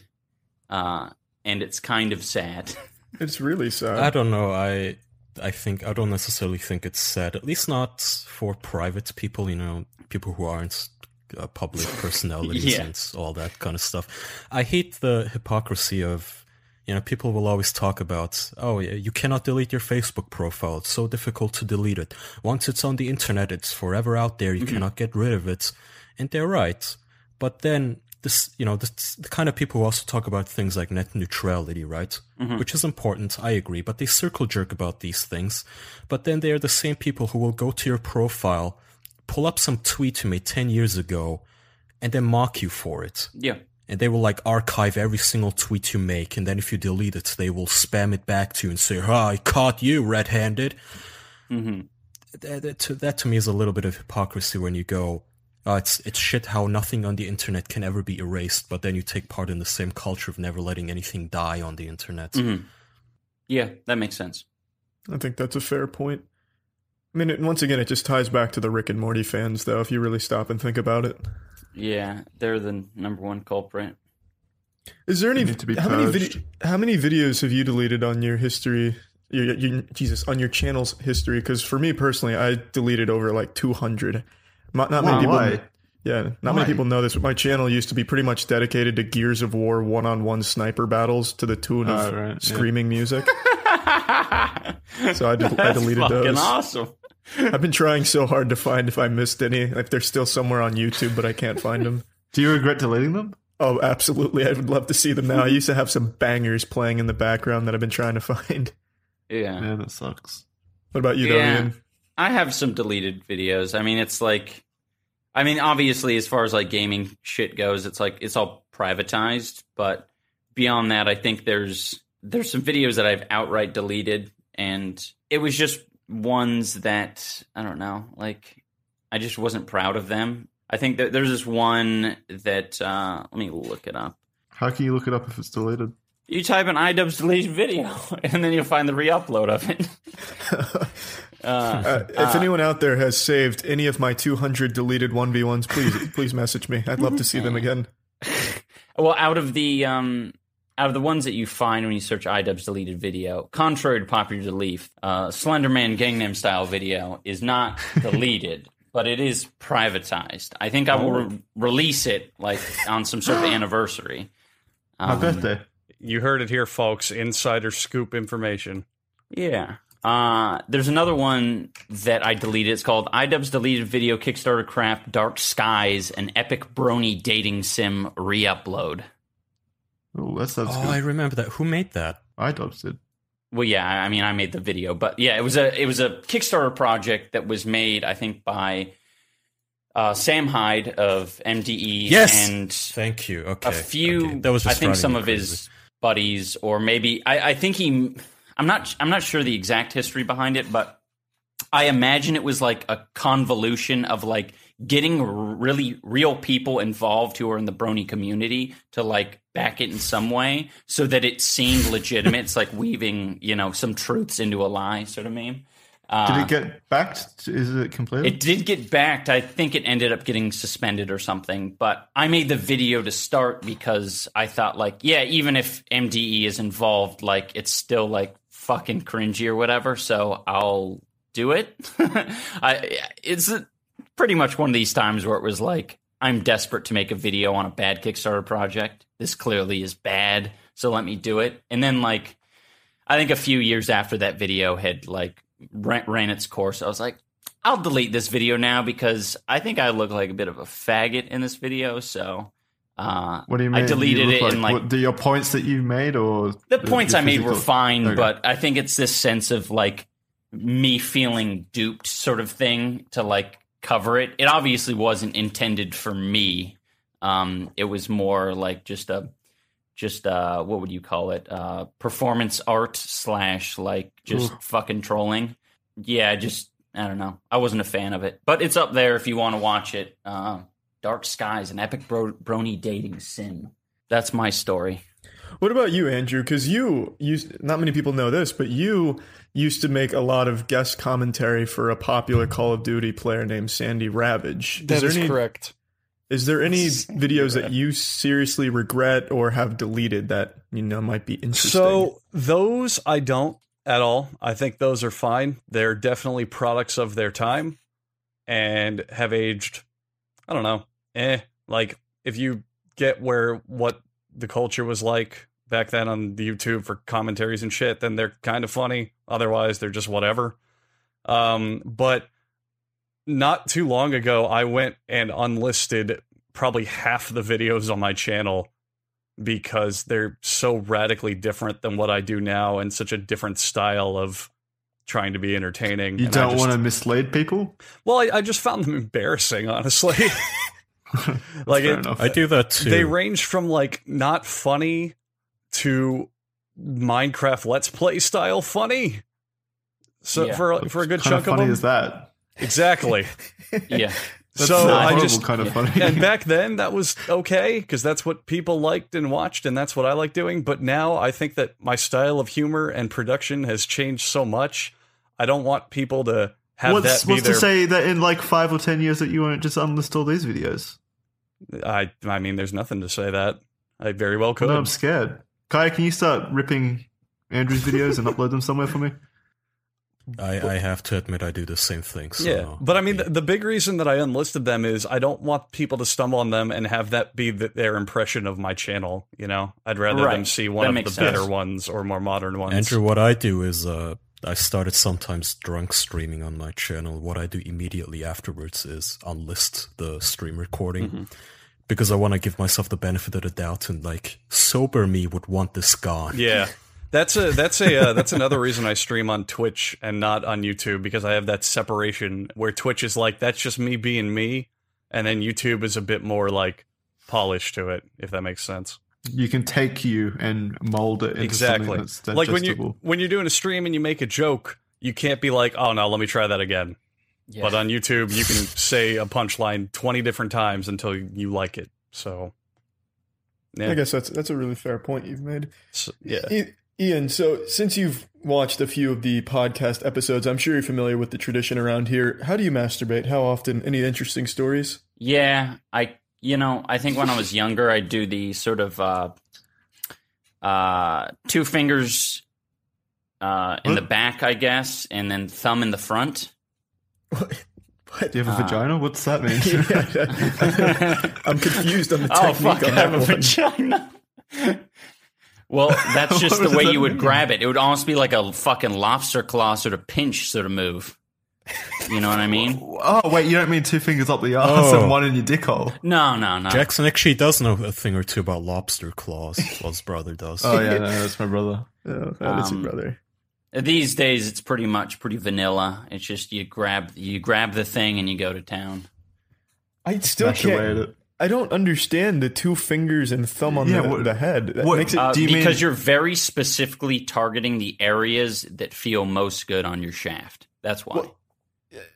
S2: uh and it's kind of sad
S1: It's really sad.
S6: I don't know. I I think I don't necessarily think it's sad. At least not for private people. You know, people who aren't uh, public personalities
S2: Yeah.
S6: and all that kind of stuff. I hate the hypocrisy of you know people will always talk about oh yeah, you cannot delete your Facebook profile. It's so difficult to delete it. Once it's on the internet, it's forever out there. You cannot get rid of it. And they're right. But then this, you know, this, the kind of people who also talk about things like net neutrality, right? Which is important, I agree, but they circle jerk about these things. But then they are the same people who will go to your profile, pull up some tweet you made 10 years ago, and then mock you for it.
S2: yeah
S6: And they will like archive every single tweet you make, and then if you delete it, they will spam it back to you and say, "Ah, I caught you red-handed."
S2: hmm
S6: that, that, to, that to me is a little bit of hypocrisy when you go, oh, it's it's shit how nothing on the internet can ever be erased, but then you take part in the same culture of never letting anything die on the internet.
S2: Mm, Mm-hmm. yeah that makes sense
S1: I think that's a fair point. I mean, it, once again, it just ties back to the Rick and Morty fans, though, if you really stop and think about it.
S2: yeah they're the number one culprit
S1: Is there any
S3: need to be
S1: how many
S3: purged.
S1: vid- how many videos have you deleted on your history? Your, your, Jesus, on your channel's history? Because for me personally, I deleted over like two hundred. Not, not many people.
S3: Why?
S1: Yeah, not
S3: Why?
S1: many people know this, but my channel used to be pretty much dedicated to Gears of War one-on-one sniper battles to the tune of
S3: Oh, right, yeah.
S1: screaming music.
S2: so
S1: So I, del- I deleted
S2: fucking
S1: those.
S2: awesome
S1: I've been trying so hard to find if I missed any. Like they're still somewhere on YouTube, but I can't find them.
S3: Do you regret deleting them?
S1: Oh, absolutely! I would love to see them now. I used to have some bangers playing in the background that I've been trying to find.
S2: yeah
S3: Yeah, that sucks.
S1: What about you,
S2: Yeah.
S1: Darian?
S2: I have some deleted videos. I mean, it's like, I mean, obviously, as far as like gaming shit goes, it's like it's all privatized. But beyond that, I think there's there's some videos that I've outright deleted, and it was just ones that I don't know, like I just wasn't proud of them. I think that there's this one that uh, let me look it up.
S3: How can you look it up if it's deleted?
S2: You type in iDubbbz deleted video, and then you'll find the re-upload of it. uh,
S1: Uh, if anyone out there has saved any of my 200 deleted 1v1s, please please message me. I'd love to see them again.
S2: Well, out of the um, out of the ones that you find when you search iDubbbz deleted video, contrary to popular belief, uh, Slenderman Gangnam Style video is not deleted, but it is privatized. I think I will re- release it like on some sort of anniversary.
S3: My
S2: Um,
S3: birthday.
S4: You heard it here, folks. Insider scoop information.
S2: Yeah. Uh, there's another one that I deleted. It's called iDubbbz deleted video Kickstarter crap Dark Skies an epic brony dating sim re-upload.
S3: Oh, that sounds
S6: Oh, I
S3: good.
S6: remember that. Who made that?
S3: I dubs it.
S2: Well, yeah, I I mean, I made the video, but yeah, it was a it was a Kickstarter project that was made, I think, by uh, Sam Hyde of MDE
S6: Yes!
S2: and
S6: Thank you. Okay,
S2: a few.
S6: okay. That was
S2: I
S6: just
S2: think
S6: driving
S2: some
S6: me
S2: of
S6: crazy.
S2: his buddies, or maybe I, I think he. I'm not. I'm not sure the exact history behind it, but I imagine it was like a convolution of like getting really real people involved who are in the Brony community to like back it in some way, so that it seemed legitimate. it's like weaving, you know, some truths into a lie, sort of meme.
S3: Did
S2: Uh,
S3: it get backed? Is it completed?
S2: it did get backed. I think it ended up getting suspended or something. But I made the video to start because I thought, like, yeah, even if MDE is involved, like, it's still like fucking cringy or whatever. So I'll do it. I it's pretty much one of these times where it was like, I'm desperate to make a video on a bad Kickstarter project. This clearly is bad, so let me do it. And then like. I think a few years after that video had like ran, ran its course, I was like, I'll delete this video now because I think I look like a bit of a faggot in this video. So Uh,
S3: What do you mean?
S2: I deleted
S3: You look
S2: it in like
S3: what, the, your points that you made, or
S2: the points
S3: your
S2: I made were
S3: physical-
S2: fine,
S3: Okay.
S2: but I think it's this sense of like me feeling duped sort of thing to like cover it. It obviously wasn't intended for me. Um, it was more like just a just uh what would you call it? Uh performance art slash like just fucking trolling. Yeah, just I don't know. I wasn't a fan of it. But it's up there if you want to watch it. Uh, Dark Skies, an epic bro- brony dating sim. That's my story.
S1: What about you, Andrew? Because you used not many people know this, but you used to make a lot of guest commentary for a popular Call of Duty player named Sandy Ravage.
S7: That
S1: there
S7: is
S1: any,
S7: correct.
S1: Is there any videos that you seriously regret or have deleted that you know might be interesting?
S4: So those I don't at all. I think those are fine. They're definitely products of their time and have aged. I don't know. Eh. Like if you get where what the culture was like back then on YouTube for commentaries and shit, then they're kind of funny. Otherwise, they're just whatever. Um, but not too long ago, I went and unlisted probably half the videos on my channel because they're so radically different than what I do now and such a different style of trying to be entertaining.
S3: You
S4: And I
S3: don't
S4: just-
S3: want to mislead people.
S4: Well, I, I just found them embarrassing, honestly. like
S3: Fair
S4: it,
S3: enough.
S6: I do that too.
S4: they range from like not funny to Minecraft Let's Play style funny. So
S2: Yeah.
S4: for for a good
S3: What kind of
S4: chunk
S3: funny
S4: of them,
S3: is that?
S4: exactly.
S2: Yeah.
S3: That's
S4: so
S3: not
S4: I
S3: horrible
S4: just
S3: kind of funny.
S4: and back then that was okay because that's what people liked and watched and that's what i like doing but now i think that my style of humor and production has changed so much i don't want people to have
S3: what's
S4: that be
S3: what's
S4: their
S3: to say that in like five or ten years that you won't just unlist all these videos?
S4: i i mean there's nothing to say that i very well could
S3: No, I'm scared. Kaya, can you start ripping Andrew's videos and upload them somewhere for me?
S6: I, I have to admit, I do the same thing. So
S4: yeah but i mean the, the big reason that i unlisted them is i don't want people to stumble on them and have that be th their impression of my channel you know i'd rather them
S2: Right.
S4: see
S2: That
S4: one of the
S2: makes
S4: better
S2: sense.
S4: ones or more modern ones
S6: Andrew, what I do is uh, I started sometimes drunk streaming on my channel. What I do immediately afterwards is unlist the stream recording because I want to give myself the benefit of the doubt and like sober me would want this gone.
S4: Yeah. That's a that's a uh, that's another reason I stream on Twitch and not on YouTube because I have that separation where Twitch is like that's just me being me and then YouTube is a bit more like polished to it if that makes sense.
S3: You can take you and mold it into
S4: Exactly.
S3: something that's
S4: Like when you
S3: digestible.
S4: when you're doing a stream and you make a joke, you can't be like, "Oh no, let me try that again."
S2: Yeah.
S4: But on YouTube, you can say a punchline 20 different times until you like it. So
S1: I guess that's that's a really fair point you've made.
S4: so- yeah.
S1: I- Ian, so since you've watched a few of the podcast episodes, I'm sure you're familiar with the tradition around here. How do you masturbate? How often? Any interesting stories?
S2: Yeah, I you know, I think when I was younger I'd do the sort of uh uh two fingers uh in the back, I guess, and then thumb in the front.
S1: What?
S3: Do you have
S1: Ah.
S3: a
S2: Uh,
S3: vagina? What's that mean?
S1: I'm confused on the
S2: oh
S1: technique
S2: fuck, I
S1: on that
S2: have a
S1: one.
S2: vagina. well, that's just the
S3: does
S2: way
S3: that
S2: you would
S3: mean?
S2: grab it. It would almost be like a fucking lobster claw sort of pinch sort of move. You know what I mean?
S3: oh wait, you don't mean two fingers up the arse
S6: Oh.
S3: and one in your dick hole?
S2: No, no, no.
S6: Jackson actually does know a thing or two about lobster claws. well, his brother does.
S3: Oh yeah, no, that's my brother.
S1: Oh, that's
S2: Um,
S1: your brother.
S2: These days it's pretty much pretty vanilla. It's just you grab you grab the thing and you go to town.
S1: I still
S3: Smash away at
S1: can't.
S3: it.
S1: I don't understand the two fingers and thumb on
S3: Yeah,
S1: the,
S3: what-
S1: the head. That
S3: what-
S1: makes it.
S2: Uh,
S3: Do you mean-
S2: because you're very specifically targeting the areas that feel most good on your shaft. That's why.
S1: Well-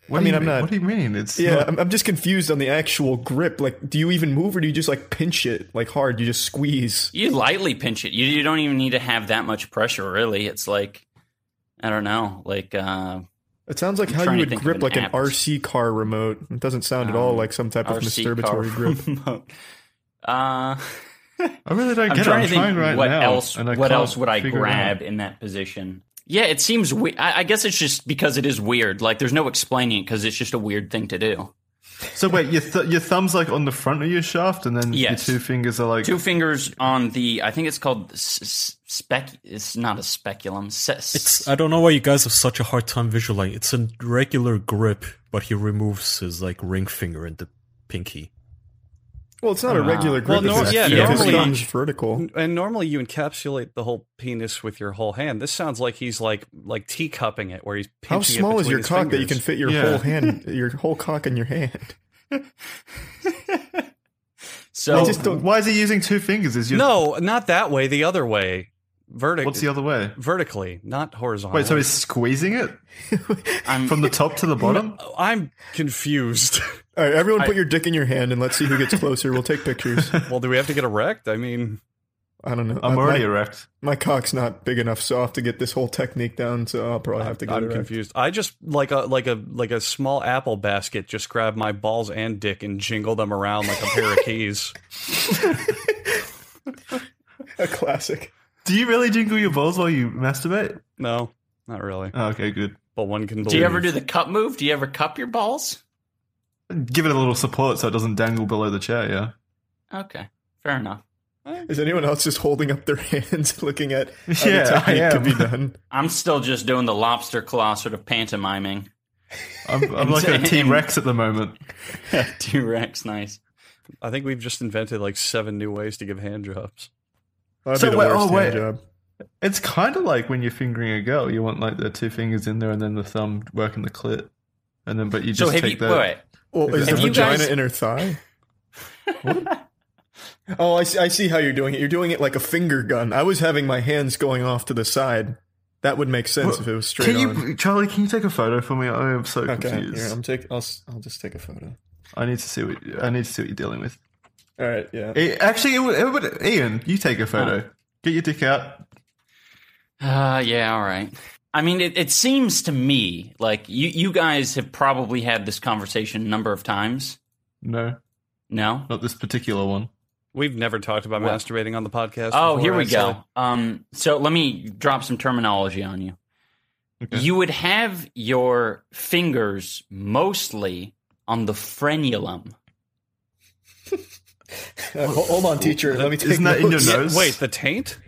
S3: What
S1: I
S3: do
S1: mean,
S3: you
S1: I'm not-
S3: What do you mean? It's
S1: yeah,
S3: not-
S1: I'm, I'm just confused on the actual grip. Like, do you even move or do you just like pinch it like hard? You just squeeze.
S2: you lightly pinch it. You, you don't even need to have that much pressure, really. It's like, I don't know, like, uh,
S1: It sounds like
S2: I'm
S1: how
S2: trying
S1: you would
S2: to think of
S1: grip
S2: an
S1: like an
S2: app.
S1: RC car remote. It doesn't sound at all
S2: Um,
S1: like some type of
S2: RC car
S1: masturbatory grip.
S2: remote. Uh,
S3: I really don't
S2: I'm
S3: get
S2: trying
S3: it.
S2: to think
S3: I'm trying right
S2: what
S3: now.
S2: else.
S3: and I
S2: What
S3: can't
S2: else would I
S3: figure it
S2: grab
S3: out.
S2: in that position? Yeah, it seems. We- I, I guess it's just because it is weird. Like, there's no explaining it because it's just a weird thing to do.
S3: So wait, your th- your thumb's like on the front of your shaft, and then
S2: Yes.
S3: your two fingers are like
S2: Two fingers on the. I think it's called s- s- spec. It's not a speculum. Se-
S3: uh,
S6: It's I don't know why you guys have such a hard time visualizing. It's a regular grip, but he removes his like ring finger and the pinky.
S1: Well, it's not a regular
S4: Well,
S1: grip.
S4: no-
S1: it's
S4: yeah,
S1: his
S4: normally-
S1: thumb's vertical.
S4: And normally you encapsulate the whole penis with your whole hand. This sounds like he's like like teacupping it, where he's pinching
S1: How small is your cock that you can fit your
S3: Yeah.
S1: whole hand, your whole cock in your hand?
S2: So
S1: I just don't.
S3: oh, Why is he using two fingers? Is your
S4: No, not that way. The other way, vertically.
S3: What's the other way?
S4: vertically, not horizontally?
S3: Wait, so he's squeezing it
S2: I'm
S3: from the top to the bottom?
S4: I'm confused.
S1: All right, everyone, put your dick in your hand and let's see who gets closer. We'll take pictures.
S4: well, do we have to get erect? I mean,
S1: I don't know.
S3: I'm
S1: Uh,
S3: already
S1: my,
S3: erect.
S1: my cock's not big enough, so I'll have to get this whole technique down. So I'll probably have to get
S4: I'm
S1: it right.
S4: confused. I just like a like a like a small apple basket. Just grabbed my balls and dick and jingle them around like a pair of keys.
S1: A classic.
S3: Do you really jingle your balls while you masturbate?
S4: No, not really.
S3: Oh, okay, good.
S4: But one can. Believe.
S2: do you ever do the cup move? Do you ever cup your balls?
S3: Give it a little support so it doesn't dangle below the chair, yeah?
S2: Okay, fair enough.
S1: Is anyone else just holding up their hands, looking at how
S3: Yeah,
S1: the
S3: I
S1: technique
S3: am.
S1: could be done?
S2: I'm still just doing the lobster claw sort of pantomiming.
S3: I'm, I'm like a
S2: Insane.
S3: T Rex at the moment.
S2: T Rex, nice.
S4: I think we've just invented like seven new ways to give hand jobs.
S1: That'd
S3: So
S1: be the
S3: wait-
S1: worst
S3: oh, wait.
S1: hand job.
S3: It's kind of like when you're fingering a girl. You want like the two fingers in there and then the thumb working the clit. And then, but you
S2: So
S3: just
S2: have
S3: take
S2: you?
S3: that.
S2: wait, wait.
S1: Well, Oh, is the
S2: Have you
S1: vagina
S2: guys-
S1: in her thigh? oh, I see, I see how you're doing it. You're doing it like a finger gun. I was having my hands going off to the side. That would make sense
S3: Well,
S1: if it was straight
S3: Can
S1: on.
S3: you, Charlie? Can you take a photo for me? I am so
S1: okay,
S3: confused.
S1: here, I'm take, I'll, s- I'll just take a photo.
S3: I need to see what I need to see what you're dealing with.
S1: All right, yeah.
S3: Eh, actually, it would, it would, Ian, you take a photo. Get your dick out.
S2: Uh, yeah, all right. I mean, it, it seems to me like you, you guys have probably had this conversation a number of times.
S3: No,
S2: No?
S3: not this particular one.
S4: We've never talked about masturbating on the podcast.
S2: Oh,
S4: before,
S2: here we
S4: I'd say.
S2: go. Um, so let me drop some terminology on you.
S3: Okay.
S2: You would have your fingers mostly on the frenulum.
S1: Uh, ho- hold on, teacher. Let me take
S3: Isn't that in your
S1: notes.
S3: nose?
S4: Wait, the taint?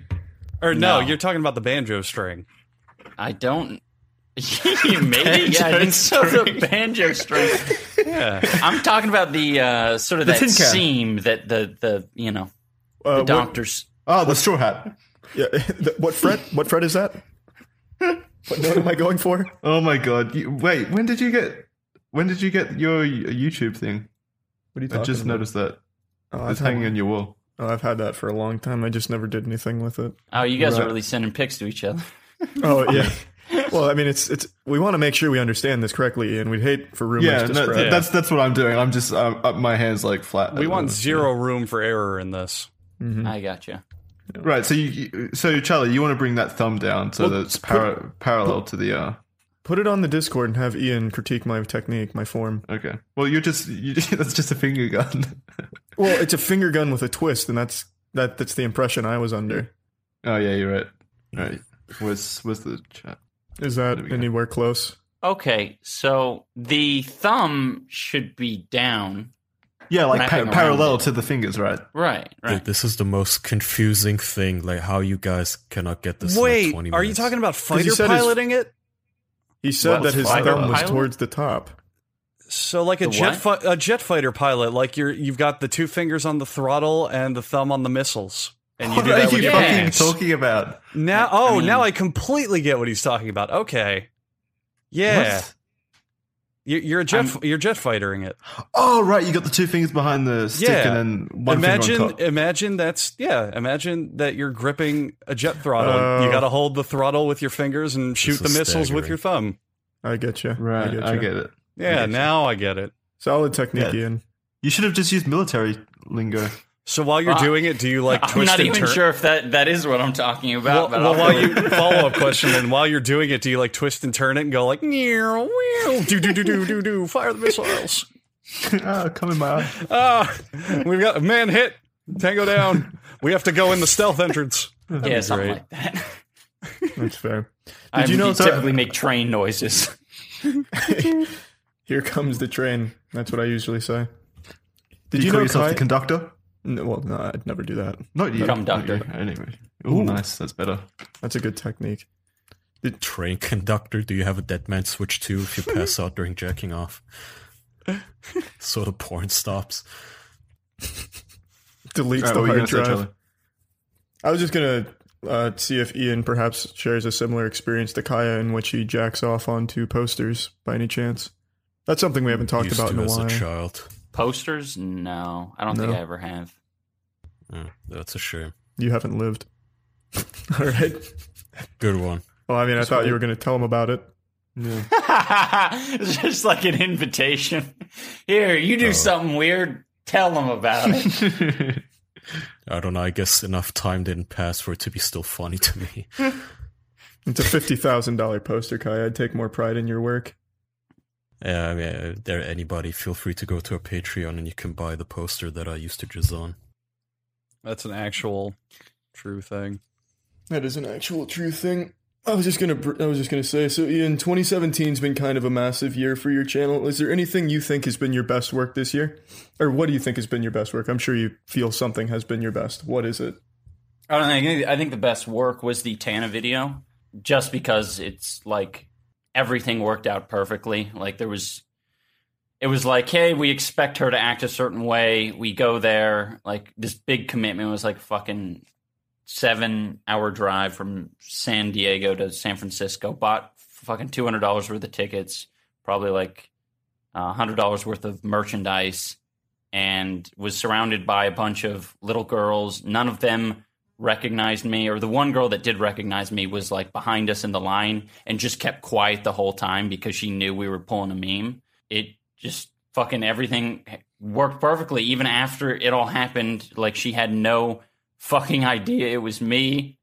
S4: Or no,
S2: No.
S4: you're talking about the banjo string.
S2: I don't. Maybe yeah, I think so. The banjo string.
S4: Yeah.
S2: I'm talking about the uh, sort of
S3: The
S2: that
S3: tin can.
S2: seam that the the you know
S1: Uh,
S2: the
S1: what-
S2: doctors.
S3: Oh, the straw hat.
S1: yeah, the- what fret? What fret is that? What note am I going for?
S3: Oh my god! You, wait, when did you get? When did you get your YouTube thing?
S1: What are you
S3: I just noticed that
S1: Oh, I've
S3: it's
S1: had
S3: hanging
S1: one.
S3: on your wall.
S1: Oh, I've had that for a long time. I just never did anything with it.
S2: Oh, you guys
S1: Right.
S2: are really sending pics to each other.
S1: Oh yeah. well, I mean, it's it's we want to make sure we understand this correctly, and we'd hate for rumors
S3: Yeah,
S1: to
S3: no,
S1: spread.
S3: th- that's that's what I'm doing. I'm just um, up my hands like flat. at
S4: We
S3: the
S4: want
S3: moment.
S4: zero room for error in this.
S1: Mm-hmm.
S2: I gotcha.
S3: Right. So you, you- so Charlie, you want to bring that thumb down so
S1: Well,
S3: that it's
S1: put-
S3: para- parallel to the. Uh,
S1: Put it on the Discord and have Ian critique my technique, my form.
S3: okay. Well, you're just you, that's just a finger gun.
S1: Well, it's a finger gun with a twist, and that's that. That's the impression I was under.
S3: oh yeah, you're right. All right. Where's where's the chat?
S1: Is that
S3: we go.
S1: anywhere close?
S2: Okay, so the thumb should be down.
S3: Yeah, like
S2: Wrapping
S3: pa-
S2: around
S3: parallel
S2: it.
S3: to the fingers, right?
S2: Right,
S6: Dude,
S2: right.
S6: this is the most confusing thing. Like how you guys cannot get this. in, like, 20
S4: are you
S6: minutes.
S4: talking about
S1: he
S4: fighter
S1: said his-
S4: piloting it?
S1: He said
S3: Well,
S1: that his
S3: fire
S1: thumb was
S2: pilot?
S1: towards the top.
S4: So like a
S2: The
S4: jet fi- a jet fighter pilot, like you're you've got the two fingers on the throttle and the thumb on the missiles. And you
S3: What
S4: do that
S3: are
S4: with
S3: you
S4: your
S2: fucking
S3: fucking
S4: hands.
S3: talking about?
S4: Now
S2: I
S4: oh,
S2: mean-
S4: now I completely get what he's talking about. Okay. Yeah.
S3: What?
S4: You- You're a jet
S2: I'm-
S4: f- you're jet fightering it.
S3: Oh right, you got the two fingers behind the stick
S4: Yeah.
S3: and then one
S4: imagine
S3: finger on top.
S4: imagine that's yeah imagine that you're gripping a jet throttle
S1: Oh.
S4: you gotta hold the throttle with your fingers and shoot
S6: is
S4: the missiles with
S6: staggering.
S4: your thumb
S1: I get you.
S3: Right, I get,
S1: I you.
S3: it.
S4: yeah
S3: Okay.
S4: now i get it
S1: Solid technique,
S3: Yeah.
S1: Ian.
S3: You should have just used military lingo.
S4: so while you're
S2: Ah.
S4: doing it do you like
S2: I'm
S4: twist
S2: not
S4: and
S2: even
S4: turn
S2: sure if that, that is what I'm talking
S4: well,
S2: about. but
S4: well,
S2: I'll
S4: while
S2: go
S4: you
S2: with it.
S4: follow up question then while you're doing it do you like twist and turn it and go like "Meow, meow, do do do do do do fire the missiles
S3: ah, come in my eye.
S4: ah we've got a man hit tango down we have to go in the stealth entrance
S2: yeah, something
S4: great.
S2: like that.
S1: That's fair.
S2: I
S1: you know-
S2: typically make train noises?
S1: Here comes the train. That's what I usually say. Did
S3: Do you,
S1: you,
S3: call
S1: know
S3: yourself
S1: Kai?
S3: the conductor?
S1: No, well, no, I'd never do that.
S3: Not you.
S2: Come, doctor.
S3: Okay, Anyway. Ooh, nice. That's better.
S1: That's a good technique.
S6: train conductor? Do you have a dead man switch too if you pass out during jacking off? so the porn stops.
S1: deletes
S3: Alright, what
S1: the
S3: were you
S1: hard
S3: gonna say,
S1: drive.
S3: Charlie?
S1: I was just gonna uh, see if Ian perhaps shares a similar experience to Kaya in which he jacks off onto posters by any chance. That's something we haven't talked
S6: used
S1: about
S6: to
S1: in a
S6: as
S1: while.
S6: a child.
S2: Posters? No, I don't think
S1: No.
S2: I ever have.
S6: Mm, that's a shame.
S1: You haven't lived. All right.
S6: Good one.
S1: Well, I mean, I thought you were gonna tell him about it.
S2: it's just like an invitation. Here, you
S4: Oh.
S2: do something weird. Tell them about it.
S6: I don't know. I guess enough time didn't pass for it to be still funny to me.
S1: It's a fifty thousand dollar poster, Kaya. I'd take more pride in your work.
S6: Uh, yeah, if there anybody, feel free to go to our Patreon and you can buy the poster that I used to design.
S4: That's an actual true thing.
S1: That is an actual true thing. I was just gonna. br- I was just gonna say. So, Ian, 2017's been kind of a massive year for your channel. Is there anything you think has been your best work this year, or what do you think has been your best work? I'm sure you feel something has been your best. What is it?
S2: I don't think. I think the best work was the Tana video, just because it's like everything worked out perfectly. Like there was, it was like, hey, we expect her to act a certain way. We go there. Like this big commitment was like fucking seven hour drive from San Diego to San Francisco. Bought fucking two hundred dollars worth of tickets, probably like a hundred dollars worth of merchandise, and was surrounded by a bunch of little girls. None of them recognized me, or the one girl that did recognize me was like behind us in the line and just kept quiet the whole time because she knew we were pulling a meme. It just fucking everything worked perfectly, even after it all happened. Like she had no fucking idea it was me,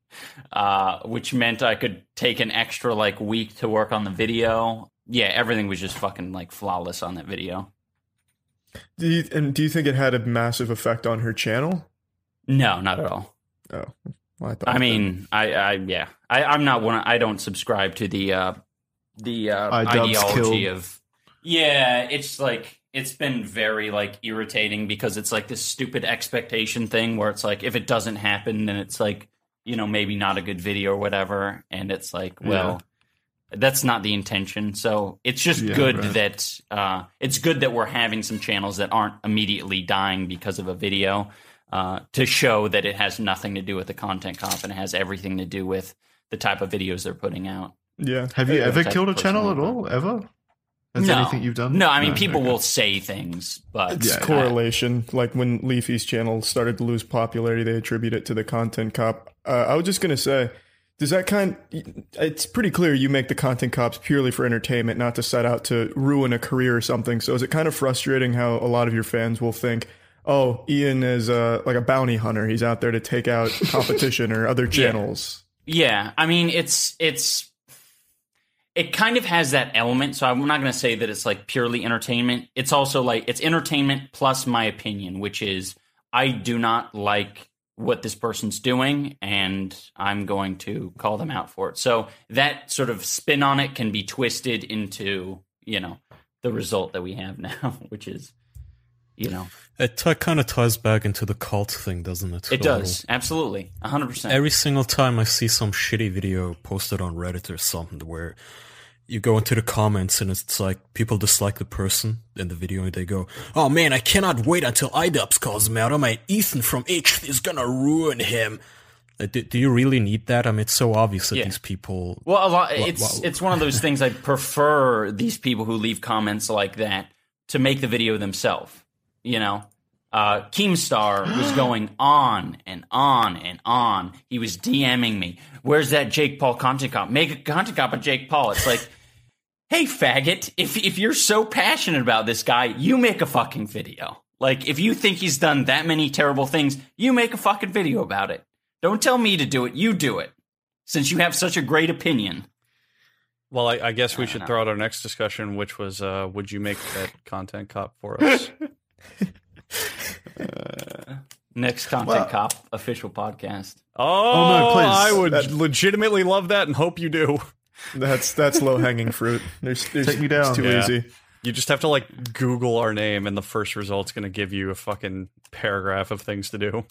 S2: uh, which meant I could take an extra like week to work on the video. Yeah, everything was just fucking like flawless on that video.
S1: Do you, and do you think it had a massive effect on her channel?
S2: No, not at all.
S1: Oh, well, I, thought
S2: I mean, I, I yeah, I, I'm not one. I don't subscribe to the uh, the uh,
S3: iDubbbz
S2: ideology
S3: killed.
S2: of. Yeah, it's like it's been very like irritating because it's like this stupid expectation thing where it's like if it doesn't happen, then it's like you know maybe not a good video or whatever, and it's like well. That's not the intention. So it's just
S3: Yeah,
S2: good
S3: right.
S2: that uh, it's good that we're having some channels that aren't immediately dying because of a video uh, to show that it has nothing to do with the content comp and it has everything to do with the type of videos they're putting out.
S1: yeah.
S3: Have you
S2: Yeah,
S3: ever
S2: type
S3: killed a
S2: of
S3: channel at
S2: person.
S3: all? Ever? That's
S2: No.
S3: anything you've done?
S2: No, I mean people
S3: okay.
S2: will say things, but
S1: It's
S3: Yeah, yeah.
S1: correlation. Like when Leafy's channel started to lose popularity, they attribute it to the content cop. Uh, I was just gonna say, does that kind? It's pretty clear you make the content cops purely for entertainment, not to set out to ruin a career or something. So is it kind of frustrating how a lot of your fans will think? Oh, Ian is uh, like a bounty hunter. He's out there to take out competition or other channels.
S2: Yeah, I mean it's it's it kind of has that element. So I'm not going to say that it's like purely entertainment. It's also like it's entertainment plus my opinion, which is I do not like what this person's doing and I'm going to call them out for it. So that sort of spin on it can be twisted into, you know, the result that we have now, which is you know,
S6: It t- kind of ties back into the cult thing, doesn't it?
S2: it
S6: A little.
S2: does. Absolutely. 100%.
S6: Every single time I see some shitty video posted on Reddit or something where you go into the comments and it's like people dislike the person in the video and they go, Oh man, I cannot wait until IDubbbz calls him out. Oh my Ethan from H is gonna ruin him. Uh, Do, do you really need that? I mean, it's so obvious that
S2: Yeah.
S6: these people.
S2: Well, a lot.
S6: Wha-
S2: It's
S6: wha-
S2: it's one of those things. I prefer these people who leave comments like that to make the video themselves. You know, uh, Keemstar was going on and on and on. He was DMing me. Where's that Jake Paul content cop? Make a content cop of Jake Paul. It's like. Hey faggot, if if you're so passionate about this guy, you make a fucking video. Like if you think he's done that many terrible things, you make a fucking video about it. Don't tell me to do it, you do it since you have such a great opinion.
S4: Well, I, I guess
S2: I
S4: we
S2: don't
S4: should
S2: know.
S4: throw out our next discussion, which was uh, would you make that content cop for us?
S2: Next Content Cop official podcast.
S3: no,
S4: oh,
S3: please.
S4: I would
S1: That-
S4: legitimately love that and hope you do.
S1: That's that's low hanging fruit. There's, there's
S3: Take me down.
S1: It's too
S4: Yeah.
S1: easy.
S4: You just have to like Google our name, and the first result's going to give you a fucking paragraph of things to do.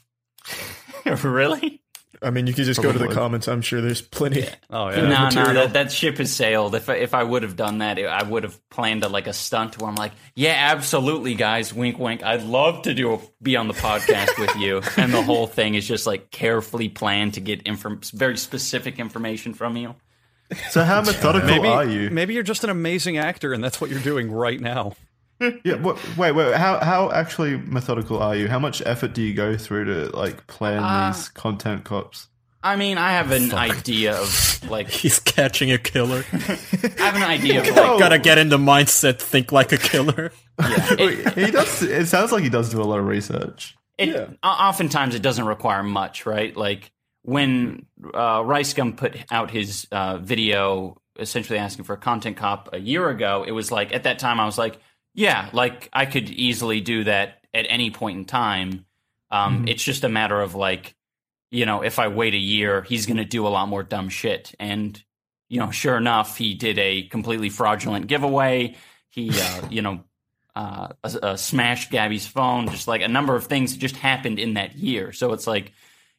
S2: really?
S1: I mean, you could just go to the
S3: Probably.
S1: comments. I'm sure there's plenty.
S4: Oh yeah.
S2: No, no,
S1: material.
S2: that, that ship has sailed. If I- if I would have done that, it- I would have planned a, like a stunt where I'm like, "Yeah, absolutely, guys, wink, wink. I'd love to do a, be on the podcast with you." And the whole thing is just like carefully planned to get inform- very specific information from you.
S3: So how methodical
S4: Maybe
S3: are you?
S4: maybe you're just an amazing actor and that's what you're doing right now.
S3: Yeah. What, wait, wait. How how actually methodical are you? How much effort do you go through to like plan
S2: Uh,
S3: these content cops?
S2: I mean, I have an idea of like
S6: He's catching a killer.
S2: I have an idea of like
S6: Gotta get in the mindset, think like a killer.
S2: it,
S3: He does. It sounds like he does do a lot of research.
S2: it o- oftentimes it doesn't require much, right? Like when uh, Rice Gum put out his uh, video essentially asking for a content cop a year ago, it was like at that time I was like, yeah, like I could easily do that at any point in time. Um, It's just a matter of like, you know, if I wait a year, he's going to do a lot more dumb shit. And, you know, sure enough, he did a completely fraudulent giveaway. He, uh, you know, uh, uh, uh, smashed Gabby's phone, just like a number of things just happened in that year. So it's like,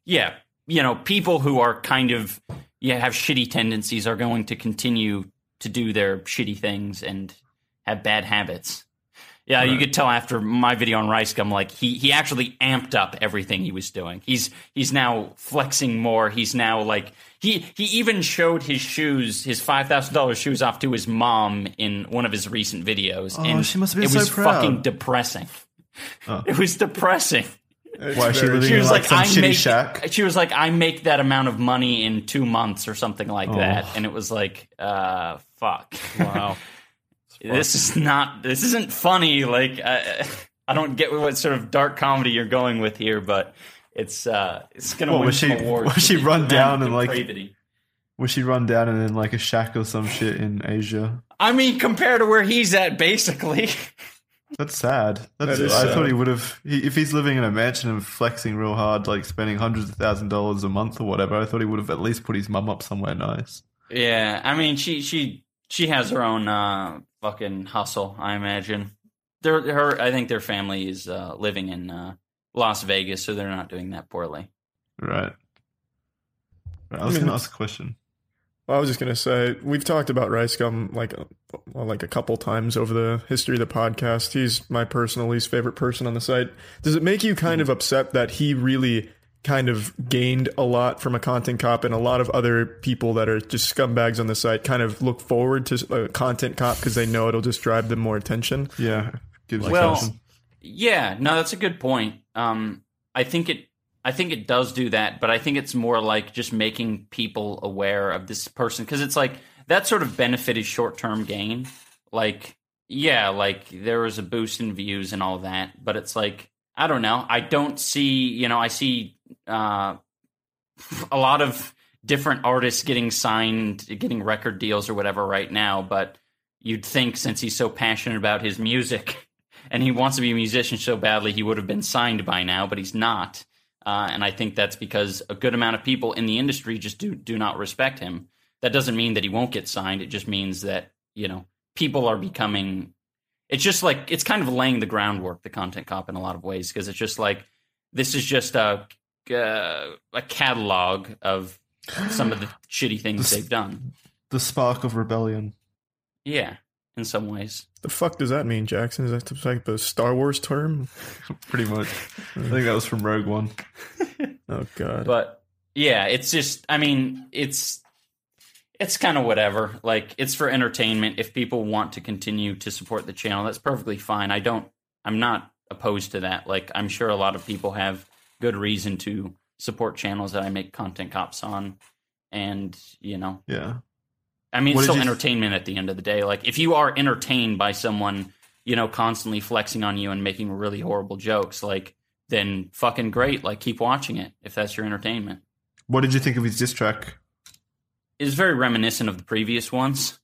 S2: yeah, you know, people who are kind of, yeah, have shitty tendencies are going to continue to do their shitty things and have bad habits. Yeah, you could tell after my video on rice gum, like he he actually amped up everything he was doing. He's he's now flexing more. He's now like he he even showed his shoes, his five thousand dollars shoes, off to his mom in one of his recent videos.
S3: Oh,
S2: and
S3: she must have been
S2: it
S3: so
S2: was
S3: proud. Oh.
S2: fucking depressing. It was depressing.
S3: Why is she living
S2: She
S3: in
S2: was
S3: like,
S2: like, I
S3: some shitty
S2: make
S3: shack?
S2: she was like I make that amount of money in two months or something like
S3: Oh.
S2: that, and it was like uh fuck.
S4: Wow.
S2: this is not this isn't funny like i i don't get what sort of dark comedy you're going with here but it's uh it's gonna
S3: What,
S2: win
S3: was
S2: some
S3: she-
S2: awards
S3: was she run
S2: Amount
S3: down
S2: of
S3: and, like-
S2: depravity.
S3: Was she run down and in like a shack or some shit in Asia?
S2: i mean compared to where he's at basically
S3: That's sad. That's,
S1: That is
S3: I
S1: sad.
S3: thought he would have. He, if he's living in a mansion and flexing real hard, like spending hundreds of thousand dollars a month or whatever, I thought he would have at least put his mum up somewhere nice.
S2: yeah i mean she she she has her own uh fucking hustle i imagine their her i think their family is uh living in uh las vegas so they're not doing that poorly
S3: Right. right I was
S1: mean,
S3: going to ask a question.
S1: Well, I was just gonna say we've talked about Rice Gum like uh, well, like a couple times over the history of the podcast. He's my personal least favorite person on the site. Does it make you kind of upset that he really kind of gained a lot from a content cop and a lot of other people that are just scumbags on the site kind of look forward to a content cop because they know it'll just drive them more attention?
S3: Yeah. Gives
S2: Well-
S3: attention.
S2: Yeah, no, that's a good point. Um, I think it, I think it does do that, but I think it's more like just making people aware of this person because it's like that sort of benefit is short term gain. Like, yeah, like there was a boost in views and all that, but it's like I don't know. I don't see, you know, I see uh, a lot of different artists getting signed, getting record deals or whatever right now, but you'd think since he's so passionate about his music and he wants to be a musician so badly, he would have been signed by now, but he's not. Uh, and I think that's because a good amount of people in the industry just do do not respect him. That doesn't mean that he won't get signed. It just means that you know people are becoming. It's just like it's kind of laying the groundwork, the content cop, in a lot of ways, because it's just like this is just a uh, a catalog of some of the shitty things they've done.
S3: The spark of rebellion.
S2: Yeah, in some ways.
S1: The fuck does that mean, Jackson? Is that the type of Star Wars term?
S3: Pretty much. I think that was from Rogue One.
S1: Oh god.
S2: but yeah it's just i mean it's it's kind of whatever like it's for entertainment if people want to continue to support the channel that's perfectly fine i don't i'm not opposed to that like i'm sure a lot of people have good reason to support channels that i make content cops on and you know
S3: Yeah.
S2: I mean,
S3: What
S2: it's
S3: did
S2: still
S3: you-
S2: entertainment at the end of the day. Like, if you are entertained by someone, you know, constantly flexing on you and making really horrible jokes, like, then fucking great. Like, keep watching it if that's your entertainment.
S3: What did you think of his diss track?
S2: It's very reminiscent of the previous ones.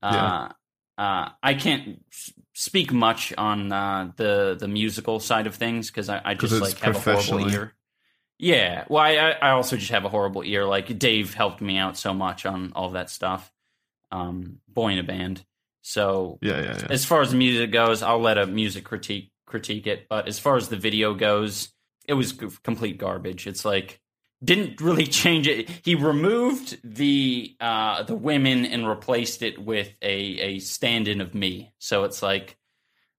S2: Uh, uh, I can't s- speak much on uh, the the musical side of things because I, I
S3: 'Cause
S2: just
S3: it's
S2: like have a horrible
S3: professionally.
S2: ear. Yeah, well, I, I I also just have a horrible ear. Like Dave helped me out so much on all that stuff. Um, boy in a band. So
S3: Yeah, yeah, yeah.
S2: as far as music goes, I'll let a music critique critique it. But as far as the video goes, it was g- complete garbage. It's like didn't really change it. He removed the uh, the women and replaced it with a a stand in of me. So it's like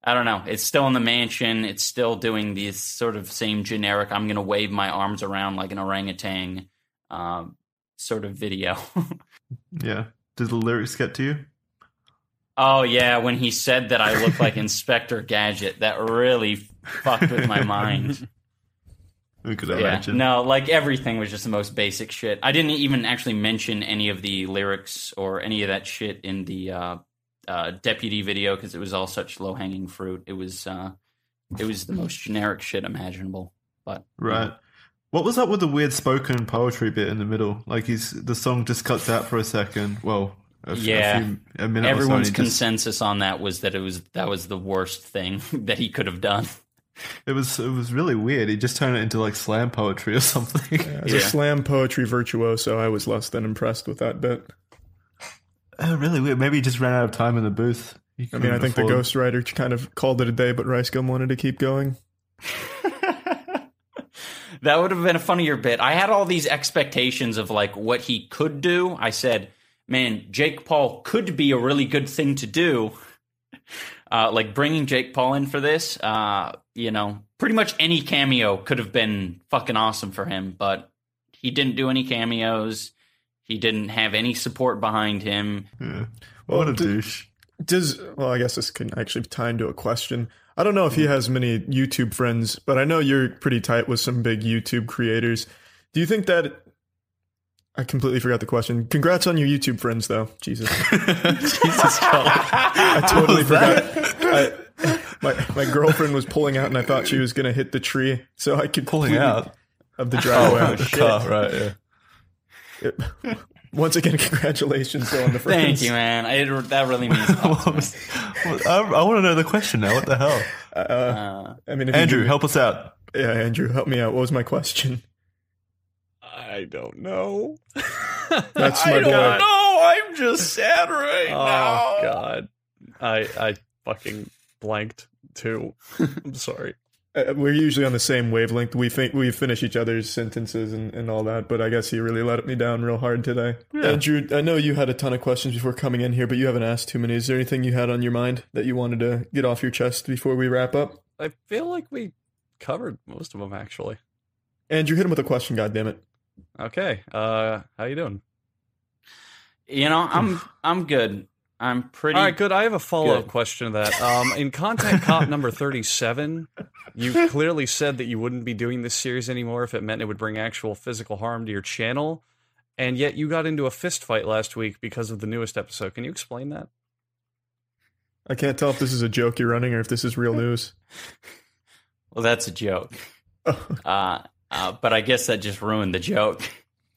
S2: I don't know. It's still in the mansion. It's still doing these sort of same generic. I'm gonna wave my arms around like an orangutan um, sort of video.
S3: Yeah. Did the lyrics get to you?
S2: oh yeah, when he said that I look like Inspector Gadget, that really fucked with my mind.
S3: Because I
S2: Yeah.
S3: imagine.
S2: No, like everything was just the most basic shit. I didn't even actually mention any of the lyrics or any of that shit in the uh, uh, deputy video because it was all such low hanging fruit. It was uh, it was the most generic shit imaginable. But
S3: Right. What was up with the weird spoken poetry bit in the middle? Like he's the song just cuts out for a second. Well, a, f- a
S2: Yeah.
S3: few- a minute.
S2: everyone's
S3: or so, and he just-
S2: consensus on that was that it was that was the worst thing that he could have done.
S3: it was it was really weird. He just turned it into like slam poetry or something.
S1: As a
S2: Yeah.
S1: slam poetry virtuoso, I was less than impressed with that bit.
S3: Oh, really weird. Maybe he just ran out of time in the booth. He
S1: I mean, I
S3: couldn't
S1: think the
S3: afford-
S1: ghostwriter kind of called it a day, but Rice Gum wanted to keep going.
S2: that would have been a funnier bit. I had all these expectations of like what he could do. I said, "Man, Jake Paul could be a really good thing to do." Uh, like bringing Jake Paul in for this, uh, you know, pretty much any cameo could have been fucking awesome for him, but he didn't do any cameos. He didn't have any support behind him.
S3: Yeah. What a
S1: d-
S3: douche.
S1: Does well, I guess this can actually tie into a question. I don't know if he
S3: Hmm.
S1: has many YouTube friends, but I know you're pretty tight with some big YouTube creators. Do you think that? I completely forgot the question. Congrats on your YouTube friends, though. Jesus,
S3: Jesus Christ.
S1: I totally forgot. I, my my girlfriend was pulling out, and I thought she was gonna hit the tree, so I could
S3: Pulling out.
S1: of the driveway. Oh,
S3: the car, Oh, right, yeah.
S1: Once again, congratulations though, on the friends.
S2: Thank you, man. I, it, that really means a lot to
S3: What
S2: me.
S3: was- what- I, want to know the question now. What the hell?
S2: Uh,
S1: I mean, if you
S3: Andrew,
S1: give-
S3: help us out.
S1: yeah, Andrew, help me out. What was my question?
S4: I don't know.
S1: That's
S4: I
S1: my
S4: don't
S1: boy.
S4: know. I'm
S2: just sad right
S4: Oh god. I I fucking blanked too. I'm sorry.
S1: Uh, we're usually on the same wavelength. We think we finish each other's sentences and, and all that, but I guess you really let me down real hard today. Andrew, I know you had a ton of questions before coming in here, but you haven't asked too many. Is there anything you had on your mind that you wanted to get off your chest before we wrap up?
S4: I feel like we covered most of them actually.
S1: Andrew, hit him with a question, goddammit.
S4: Okay. Uh how you doing?
S2: You know, I'm I'm good. I'm pretty.
S4: All right, good. I have a follow-up
S2: Good.
S4: question to that. Um, in Contact Cop number 37, you clearly said that you wouldn't be doing this series anymore if it meant it would bring actual physical harm to your channel, and yet you got into a fist fight last week because of the newest episode. Can you explain that?
S1: I can't tell if this is a joke you're running or if this is real news.
S2: Well, that's a joke. uh, uh, but I guess that just ruined the joke.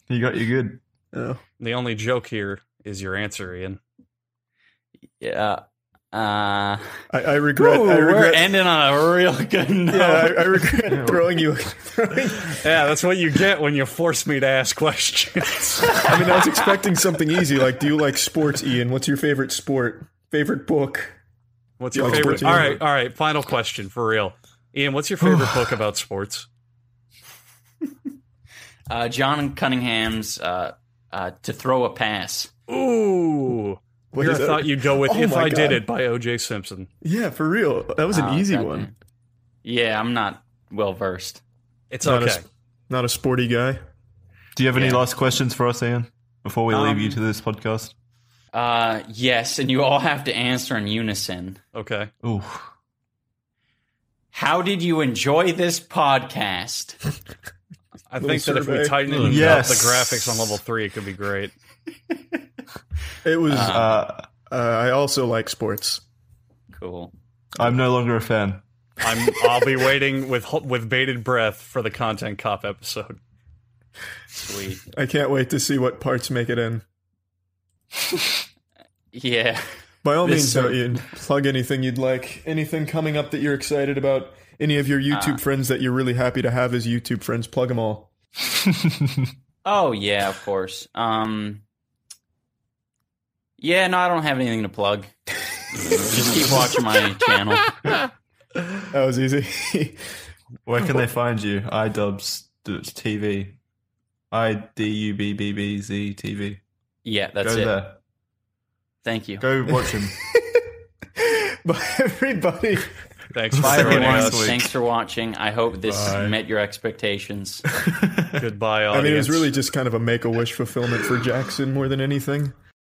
S3: You got you good.
S1: Oh.
S4: The only joke here is your answer, Ian.
S2: Yeah. Uh,
S1: I, I regret. I
S2: ooh, we're
S1: regret.
S2: ending on a real good note.
S1: yeah, I, I regret throwing you. Throwing,
S4: Yeah, that's what you get when you force me to ask questions.
S1: I mean, I was expecting something easy. Like, do you like sports, Ian? What's your favorite sport? Favorite book?
S4: What's your
S1: Like
S4: favorite?
S1: sports,
S4: All
S1: Ian?
S4: right, all right. Final question for real, Ian. What's your favorite book about sports?
S2: Uh, John Cunningham's uh, uh, "To Throw a Pass."
S4: Ooh.
S1: What
S4: Here I
S1: is that?
S4: thought you'd go with
S1: Oh
S4: "If
S1: my
S4: I Did
S1: God.
S4: It" by O.J. Simpson.
S1: Yeah, for real. That was an
S2: Uh,
S1: easy
S2: that-
S1: one.
S2: Yeah, I'm not well versed.
S4: It's
S1: Not a
S4: okay.
S1: sp- Not a sporty guy.
S3: Do you have any
S2: Yeah.
S3: last questions for us, Ian? Before we leave you
S2: Um,
S3: to this podcast.
S2: Uh, yes, and you all have to answer in unison.
S4: Okay.
S3: Ooh.
S2: How did you enjoy this podcast?
S4: I think that if we
S1: survey.
S4: tighten it
S3: Yes.
S4: up the graphics on level three, it could be great.
S1: It was. Uh,
S3: Uh,
S1: I also like sports.
S2: Cool.
S3: I'm no longer a fan.
S4: I'm I'll be waiting with ho- with bated breath for the content cop episode.
S2: Sweet.
S1: I can't wait to see what parts make it in.
S2: Yeah.
S1: By all
S2: This
S1: means, though,
S2: sir-
S1: Ian, plug anything you'd like. Anything coming up that you're excited about. Any of your YouTube friends that you're really happy to have as YouTube friends, plug them all.
S2: Oh yeah, of course. Um Yeah, no, I don't have anything to plug. Just keep watching my channel.
S1: That was easy.
S3: Where can they find you? iDubbbz d- TV. I D U B B B Z T V.
S2: Yeah,
S3: Go
S2: that's it.
S3: there.
S2: Thank you.
S3: Go watch him.
S1: Bye, everybody.
S4: Thanks for
S3: Bye,
S4: joining
S3: everyone.
S4: us.
S3: Next week.
S2: Thanks for watching. I hope this
S4: Bye.
S2: met your expectations.
S4: Goodbye,
S1: I
S4: audience.
S1: mean, it was really just kind of a make a wish fulfillment for Jackson more than anything.